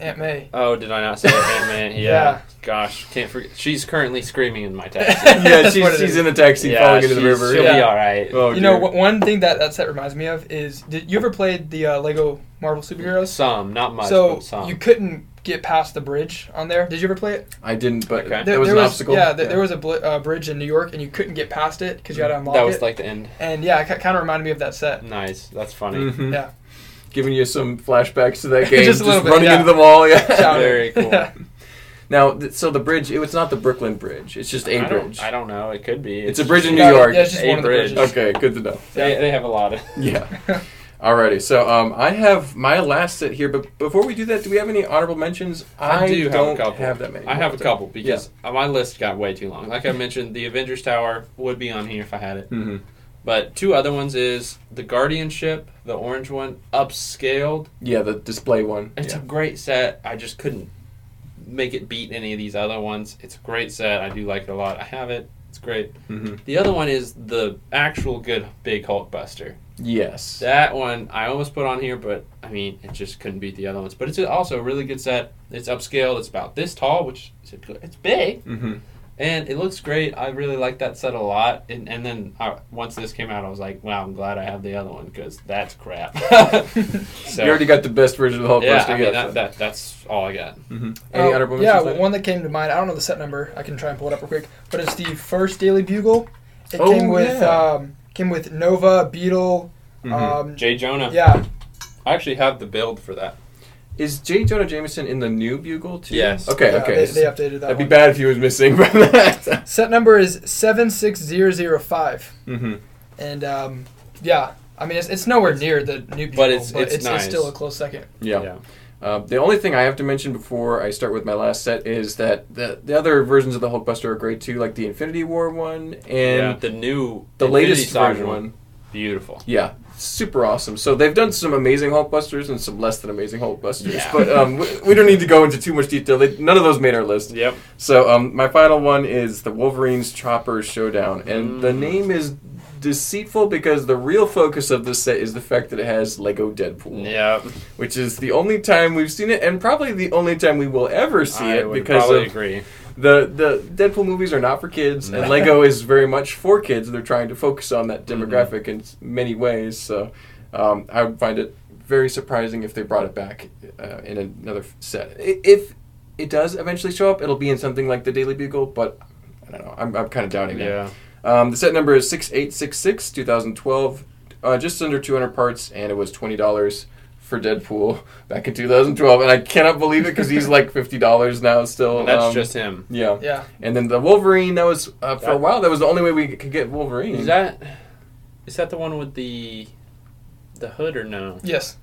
C: Aunt May.
B: Oh, did I not say Ant Man? Yeah.
C: Yeah.
B: Gosh, can't forget. She's currently screaming in my taxi.
A: yeah,
C: That's what
A: she's,
C: it
A: she's
C: is.
A: in a taxi
B: yeah,
A: falling into the
B: she's-
A: river.
B: She'll be
C: Yeah.
B: all right.
A: Oh,
C: you know,
A: dear.
C: w- one thing that that set reminds me of is did you ever played the uh, Lego Marvel superheroes?
B: Some, not much,
C: so
B: but some.
C: you couldn't get past the bridge on there. Did you ever play it?
A: I didn't, but
B: Okay.
A: that
C: There
A: was an obstacle.
C: Yeah, there, there was a bl- uh, bridge in New York, and you couldn't get past it because you had to unlock
B: Mm. that was
C: it.
B: like the end.
C: and yeah, it kind of reminded me of that set.
B: Nice. That's funny.
A: Mhm.
C: Mm-hmm. Yeah.
A: Giving you some flashbacks to
C: [LAUGHS]
A: that game.
C: Just
A: just
C: a little bit,
A: running
C: yeah.
A: into the wall. Yeah.
B: [LAUGHS]
C: Shout
B: Very cool.
C: Yeah.
A: now, th- so the bridge, it was not the Brooklyn Bridge. It's just a
B: I
A: bridge.
B: don't, I don't know. It could be.
A: It's a bridge in New
C: Yeah,
A: York.
C: Yeah, it's just
B: A
C: one of the
B: bridge.
C: bridges.
A: Okay, good to know.
B: They, they have a lot of.
A: Yeah. [LAUGHS] Alrighty, so um, I have my last set here, but before we do that, do we have any honorable mentions? I,
B: do have a
A: don't
B: couple.
A: have that many.
B: [LAUGHS] I have a [LAUGHS] couple because uh my list got way too long. Like I mentioned, the Avengers Tower would be on here if I had it.
A: hmm
B: But two other ones is the Guardianship, the orange one, upscaled.
A: Yeah, the display one.
B: It's
A: Yeah.
B: a great set. I just couldn't make it beat any of these other ones. It's a great set. I do like it a lot. I have it. It's great.
A: Mhm.
B: The other one is the actual good big Hulk Buster.
A: Yes.
B: That one I almost put on here, but I mean, it just couldn't beat the other ones. But it's also a really good set. It's upscaled. It's about this tall, which is it's big
A: hmm
B: and it looks great. I really like that set a lot. And and then I, once this came out, I was like, wow, I'm glad I have the other one because that's crap. [LAUGHS] so
A: you already got the best version of the Hulk
B: yeah,
A: Buster.
B: I mean,
A: yeah,
B: that,
A: so-
B: that that's all I got.
A: Mhm. Any
C: Oh,
A: honorable
C: yeah,
A: mentions? Lenny?
C: one that came to mind. I don't know the set number. I can try and pull it up real quick. But it's the first Daily Bugle. It
A: Oh,
C: came with
A: yeah.
C: um, came with Nova, Beetle.
B: Mm-hmm.
A: Mhm.
C: Um,
B: Jay Jonah.
C: yeah,
B: I actually have the build for that.
A: Is J. Jonah Jameson in the new Bugle too?
B: Yes.
A: Okay,
C: yeah,
A: okay.
C: They, they updated that.
A: That'd be
C: one.
A: bad if he was missing from that.
C: Set number is seven six zero zero five.
A: mm-hmm.
C: And um, yeah, I mean it's, it's nowhere near the new Bugle,
B: But it's- it's nice.
C: still a close second.
A: [LAUGHS] Yeah. Uh, the only thing I have to mention before I start with my last set is that the, the other versions of the Hulkbuster are great too, like the Infinity War one and
B: And the new
A: the
B: Infinity
A: latest
B: Saga
A: version one.
B: Beautiful.
A: Yeah, super awesome. So they've done some amazing Hulkbusters and some less than amazing Hulkbusters,
B: Yeah.
A: but um, we, we don't need to go into too much detail. They, none of those made our list.
B: Yep.
A: So um, my final one is the Wolverine's Chopper Showdown, and the
B: Mm.
A: name is deceitful because the real focus of this set is the fact that it has Lego Deadpool,
B: Yep.
A: which is the only time we've seen it, and probably the only time we will ever see
B: I
A: it
B: would
A: because
B: probably
A: of
B: agree.
A: the the Deadpool movies are not for kids,
B: No. [LAUGHS]
A: and Lego is very much for kids. They're trying to focus on that
B: Mm-hmm.
A: demographic in s- many ways. So um, I would find it very surprising if they brought it back uh, in another f- set. I- If it does eventually show up, it'll be in something like the Daily Bugle, but I don't know. I'm, I'm kind of doubting that.
B: Yeah.
A: Um, the set number is 6866, 2012, uh, just under 200 parts, and it was $20 for Deadpool [LAUGHS] back in 2012. And I cannot believe it because he's
B: [LAUGHS]
A: like $50 now still.
B: That's
A: um,
B: just him.
A: Yeah.
C: Yeah,
A: And then the Wolverine, that was, uh, for a
B: That-
A: while, that was the only way we could get Wolverine.
B: Is that is that the one with the the hood or no?
C: yes.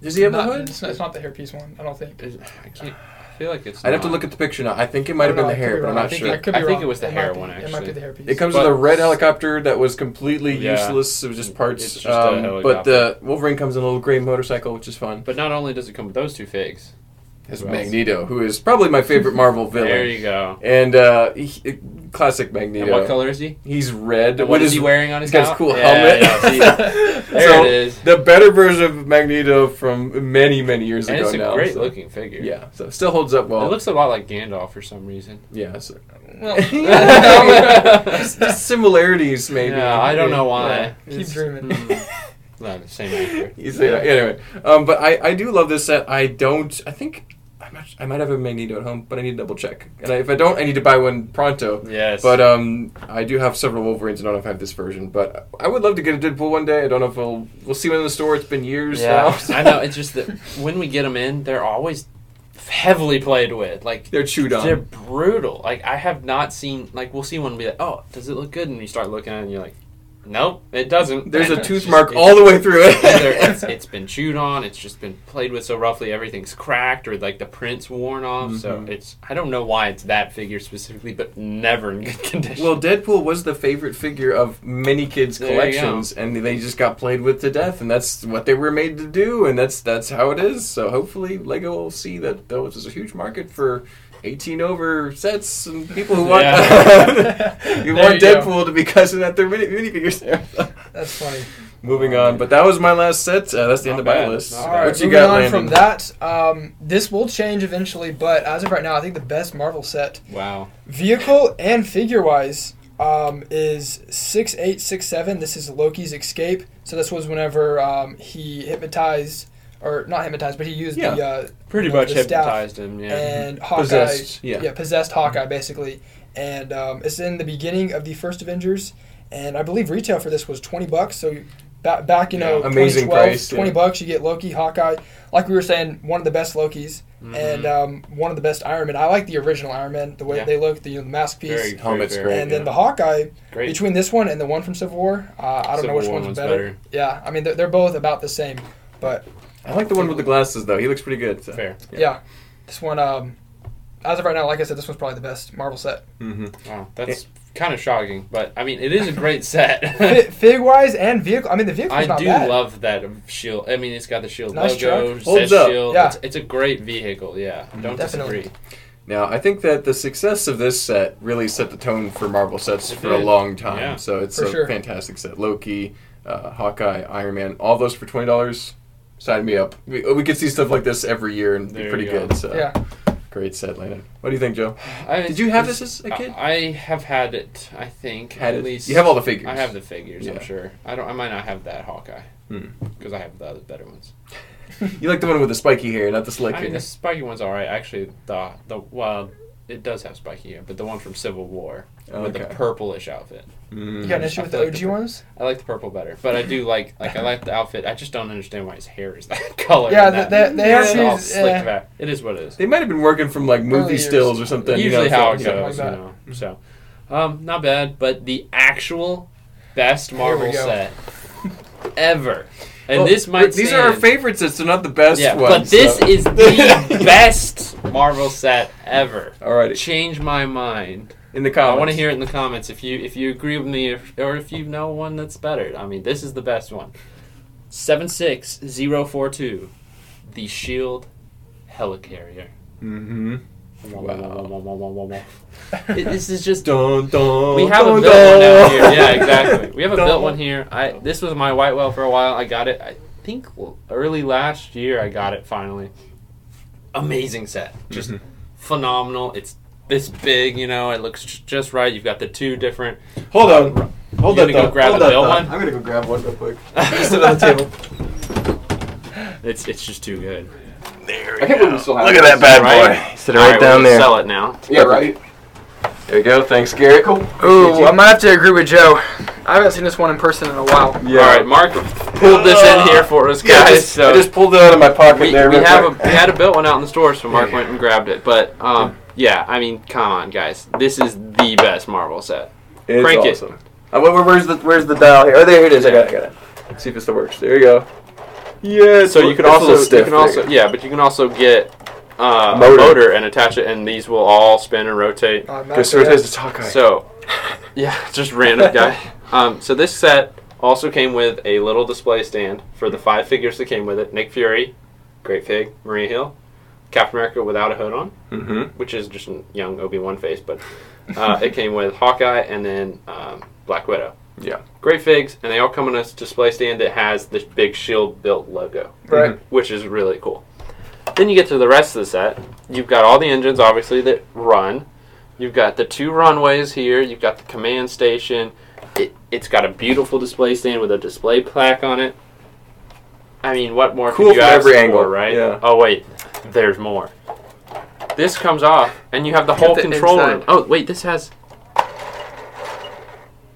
A: Does he have
C: not,
A: a hood?
C: It's not, it's not the hairpiece one. I don't think.
B: Is- I can't. I feel like it's.
A: I'd have to
B: not.
A: look at the picture now. I think it might
C: I
A: have been
C: don't
A: the
C: know, I could
A: hair,
C: be
A: but I'm
C: wrong.
A: not
B: think
A: sure.
B: it-
C: I, could be
B: I think
C: wrong.
B: it was the
C: might
B: hair
C: be-
B: one,
C: It might be
B: actually.
C: the hairpiece.
A: It comes
B: But-
A: with a red helicopter that was completely
B: Yeah.
A: useless. It was just parts.
B: It's just a
A: um, but
B: helicopter.
A: the Wolverine comes in a little gray motorcycle, which is fun.
B: But not only does it come with those two figs.
A: As
B: Who else?
A: Magneto, who is probably my favorite Marvel villain.
B: There you go.
A: And uh, he- classic
B: And what
A: Magneto.
B: color is he?
A: He's red.
B: And what is
A: his-
B: he wearing on
A: He's
B: his
A: got his
B: cow-
A: cool
B: Yeah,
A: helmet. [LAUGHS]
B: yeah, see, there
A: So,
B: it is.
A: The better version of Magneto from many, many years
B: And
A: ago
B: it's a
A: now.
B: great
A: so-
B: looking figure.
A: Yeah, so it still holds up well.
B: it looks Oh. a lot like Gandalf for some reason.
A: yeah,
B: [LAUGHS]
A: so- [LAUGHS]
C: Well, [LAUGHS]
A: Just- just similarities maybe.
B: Yeah, I don't know why.
A: Yeah.
C: keep
A: It's-
B: [LAUGHS]
C: dreaming.
B: Mm. No, the same actor.
A: [LAUGHS] You say that. Anyway, um, but I, I do love this set. I don't. I think I might, I might have a Magneto at home, but I need to double check. And I, if I don't, I need to buy one pronto.
B: Yes.
A: But um, I do have several Wolverines. I don't know if I have this version, but I would love to get a Deadpool one day. I don't know if we'll we'll see one in the store. It's been years
B: yeah,
A: now.
B: I know.
A: [LAUGHS]
B: It's just that when we get them in, they're always heavily played with. Like
A: They're chewed on.
B: They're brutal. Like I have not seen. Like we'll see one and be like, "Oh, does it look good?" And you start looking at it and you're like, "Nope, it doesn't."
A: There's a
B: [LAUGHS] It's
A: tooth
B: just-
A: mark
B: it's
A: all the way through
B: Either
A: it. [LAUGHS]
B: it's, it's been chewed on, it's just been played with so roughly, everything's cracked or like the print's worn off. So
A: Mhm.
B: it's I don't know why it's that figure specifically, but never in good [LAUGHS] condition.
A: Well, Deadpool was the favorite figure of many kids'
B: There you go.
A: collections, and they just got played with to death, and that's what they were made to do, and that's that's how it is. So hopefully, Lego will see that there was a huge market for eighteen over sets and people [LAUGHS] who want
B: Yeah.
A: you
C: There
A: want [LAUGHS]
C: you go.
A: Deadpool to be cousin at their mini minifigures. [LAUGHS]
C: That's funny.
A: Moving on, but that was my last set. Uh, that's the end of
B: Not
A: my
B: bad.
A: list.
B: Not
C: All right,
A: what you
C: moving
A: got,
C: on
A: Landon?
C: from that, um, this will change eventually, but as of right now, I think the best Marvel set,
B: Wow.
C: vehicle and figure wise, um, is six eight six seven. This is Loki's escape. So this was whenever um, he hypnotized, or not hypnotized, but he used
A: Yeah.
C: the uh,
B: Pretty
C: The-
B: much
C: the staff
B: hypnotized him. Yeah. Mm-hmm.
C: and Hawkeye.
A: Possessed, yeah.
C: possessed Hawkeye basically, and um, it's in the beginning of the first Avengers, and I believe retail for this was twenty bucks. So ba- back you know
B: Yeah.
A: Amazing
C: 2012,
A: price, yeah.
C: twenty bucks you get Loki, Hawkeye. Like we were saying, one of the best Lokis
B: Mhm.
C: and um, one of the best Iron Man. I like the original Iron Man, the way
B: Yeah.
C: they look, the, you know, the mask piece.
B: very,
A: Helmet's
B: very,
A: great,
B: very,
C: and then the Hawkeye
B: great.
C: between this one and the one from Civil War, uh, I don't know
B: Civil
C: which
B: War
C: one's,
B: one's
C: better.
B: better.
C: Yeah, I mean they're, they're both about the same, but
A: I like the one with the glasses though. He looks pretty good. So.
B: Fair.
C: yeah, this one um, as of right now, like I said, this one's probably the best Marvel set.
A: hmm
B: Wow, that's kind of shocking, but I mean, it is a great set. [LAUGHS]
C: Fi- fig wise and vehicle. I mean, the vehicle's
B: I
C: not
B: do
C: bad.
B: love that shield. I mean, it's got the shield
C: Nice
B: logo.
C: truck.
B: says
A: Holds up.
B: Shield.
C: Yeah.
B: It's, it's a great vehicle. Yeah, I
A: Mm,
B: don't
C: Definitely.
B: disagree.
A: Now, I think that the success of this set really set the tone for Marvel sets
B: It
A: for a
B: did.
A: long time.
B: Yeah.
A: So it's
C: For
A: a
C: sure.
A: fantastic set. Loki, uh, Hawkeye, Iron Man, all those for twenty dollars. Sign me up. We, we could see stuff like this every year and
B: There
A: be pretty
B: you go.
A: good. So
C: Yeah,
A: great set, Landon. What do you think, Joe? [LAUGHS]
B: I,
A: Did you have
B: it's-
A: this as a kid?
B: I, I have had it. I think
A: Had
B: at
A: it.
B: least
A: You have all the figures.
B: I have the figures.
A: Yeah.
B: I'm sure. I don't. I might not have that Hawkeye
A: Hmm.
B: because I have the other better ones.
A: You like the one with the spiky hair, not the slick
B: I
A: hair.
B: mean, the spiky one's all right. Actually, the the well, it does have spiky hair, but the one from Civil War with the
A: Okay.
B: purplish outfit.
A: Mm.
C: you got an issue with
B: Mm-hmm. I feel
C: the
B: like
C: OG
B: the-
C: ones?
B: I like the purple better, but I do like like I like the outfit. I just don't understand why his hair is that [LAUGHS] color.
C: Yeah,
B: and
C: the-
B: that,
C: the- the hair
B: it's all
C: is,
B: slicked
C: uh,
B: back. It is what it is.
A: They might have been working from like
C: Early
A: movie
C: years.
A: stills or something. you know,
B: Usually how it
A: so-
C: something
B: goes,
C: like
B: you know. So, um, not bad, but the actual best Marvel
C: go.
B: set ever, and
A: Well,
B: this might
A: These are
B: stand-
A: our favorites. It's not the best
B: Yeah,
A: ones.
B: but this
A: so-
B: is
C: [LAUGHS]
B: the best Marvel set ever.
A: Alrighty,
B: Change my mind.
A: in the
B: I
A: comments.
B: want to hear it in the comments if you if you agree with me if, or if you know one that's better. I mean, this is the best one. Seven six zero four two, the Shield E Helicarrier.
A: Mm-hmm.
B: Wow. [LAUGHS] this is just
A: Dun, dun,
B: we have a
A: dun,
B: built one
A: dun.
B: out here. Yeah, exactly. We have a
A: Dun.
B: built one here. I this was my white well for a while. I got it. I think l- early last year I got it finally. Amazing set, just
A: Mhm.
B: phenomenal. It's this big, you know. It looks j- just right. You've got the two different.
A: Hold on. Hold
B: You
A: on.
B: gonna go grab
A: Hold
B: the
A: that
B: bill
A: thought.
B: one?
A: I'm gonna go grab one real [LAUGHS] quick. Sit on the table.
B: It's it's just too good.
A: I can't believe we still have.
D: Look at
A: this.
D: that bad
B: Right?
D: boy. Sit it right
B: Alright,
D: down
B: we'll
D: there.
B: Sell it now.
A: Yeah, right. There you go. Thanks, Garrett. Cool.
C: Ooh, I might have to agree with Joe. I haven't seen this one in person in a while.
A: Yeah.
B: All right, Mark pulled this in here for us
A: Yeah,
B: guys.
A: I just,
B: so
A: I just pulled it out of my pocket
B: we,
A: there.
B: we
A: real
B: have a,
A: quick.
B: we had a built one out in the store, so Mark went and grabbed it. But um, yeah, I mean, come on, guys, this is the best Marvel set.
A: It's
B: crank it.
A: awesome. Uh, where- where- where's the Where's the dial here? Oh, there it is. I got it. I got it. Let's see if this works. There you go. Yeah.
B: So you can also you can also yeah, but you can also get uh, motor.
A: Motor.
B: a motor and attach it, and these will all spin and rotate.
C: Uh,
A: Guess who it is? It's Hawkeye.
B: So [LAUGHS] yeah, just random guy. Um, so this set also came with a little display stand for the five figures that came with it: Nick Fury, Great Fig, Maria Hill, Captain America without a hood on.
A: mm-hmm.
B: which is just a young Obi Wan face, but uh, it came with Hawkeye and then um, Black Widow.
A: Yeah.
B: Great figs, and they all come in a s- display stand that has this big shield built logo,
C: Right.
B: which is really cool. Then you get to the rest of the set. You've got all the engines, obviously, that run. You've got the two runways here. You've got the command station. It, it's got a beautiful display stand with a display plaque on it. I mean, what more
A: Cool
B: could you
A: from
B: ask
A: every
B: for,
A: angle,
B: right?
A: yeah.
B: Oh wait, there's more. This comes off, and you have the whole
D: the
B: control
D: inside.
B: room. Oh wait, this has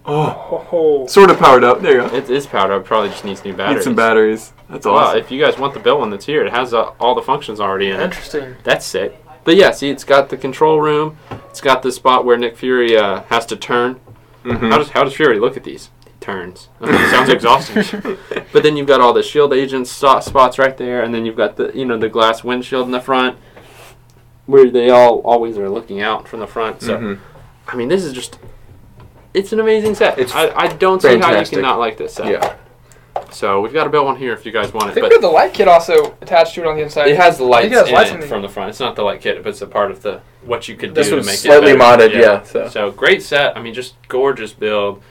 C: oh,
A: Sort of powered up. There you go.
B: it is powered up. Probably just needs new batteries.
A: Need some batteries. That's
B: Wow,
A: awesome.
B: if you guys want the built one that's here, it has uh, all the functions already in it.
C: Interesting.
B: That's sick. But yeah, see, it's got the control room. It's got the spot where Nick Fury uh, has to turn.
A: Mhm.
B: How does how does Fury look at these? He turns. I mean, it
A: [LAUGHS]
B: sounds exhausting. but then you've got all the shield agents so- spots right there, and then you've got the you know the glass windshield in the front, where they all always are looking out from the front. So
A: Mhm.
B: I mean, this is just. It's an amazing set.
A: It's
B: I, I don't see how you
A: fantastic.
B: cannot like this set.
A: Yeah.
B: So we've got to build one here if you guys want
C: I
B: it.
C: think
B: But
C: we have the light kit also attached to it on the inside.
B: it has the
C: I
B: lights,
C: think it has lights
B: in
C: in
B: it
C: the-
B: from the front. It's not the light kit, but it's a part of the what you could
A: This
B: do to
A: one's
B: make
A: slightly
B: it better.
A: modded, yeah, so.
B: great set. I mean, just gorgeous build.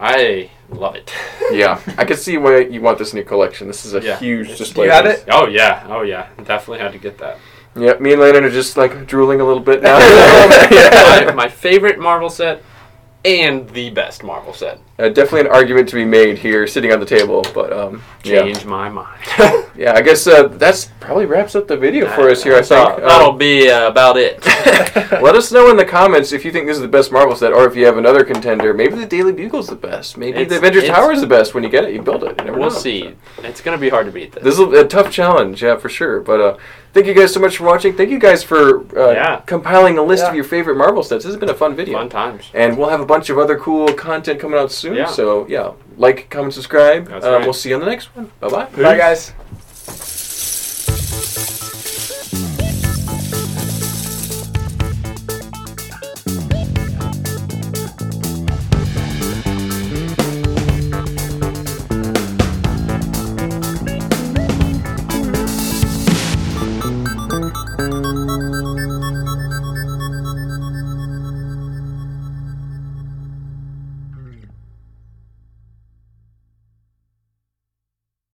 B: I love it.
A: yeah, I can see why you want this new collection. This is a
B: Yeah.
A: huge
C: Do
A: display.
C: you have
A: case.
C: it?
B: Oh yeah, oh yeah, definitely had to get that.
A: Yeah, me and Landon are just like drooling a little bit
B: [LAUGHS]
A: now. [LAUGHS]
B: my,
A: [LAUGHS] Yeah.
B: my favorite Marvel set and the best Marvel set.
A: Uh, definitely an argument to be made here, sitting on the table. But um, yeah,
B: Change my mind.
A: yeah. I guess uh, that's probably wraps up the video [LAUGHS] for us here. I
B: That'll-
A: think.
B: that'll
A: Um,
B: be uh, about it.
A: let us know in the comments if you think this is the best Marvel set, or if you have another contender. Maybe the Daily Bugle's the best. Maybe the
B: It's-
A: Avengers
B: it's-
A: Tower is the best. When you get it, you build it. You [LAUGHS] never
B: we'll
A: know.
B: see. It's gonna be hard to beat this.
A: This is a tough challenge, yeah, for sure. But uh, thank you guys so much for watching. Thank you guys for uh,
B: Yeah.
A: compiling a list of
C: Yeah.
A: your favorite Marvel sets. This has been a fun video.
B: Fun times.
A: And we'll have a bunch of other cool content coming out soon.
B: Yeah.
A: So, yeah, like, comment, subscribe.
B: That's
A: Uh,
B: right.
A: We'll see you on the next one. Bye bye.
C: Bye, guys.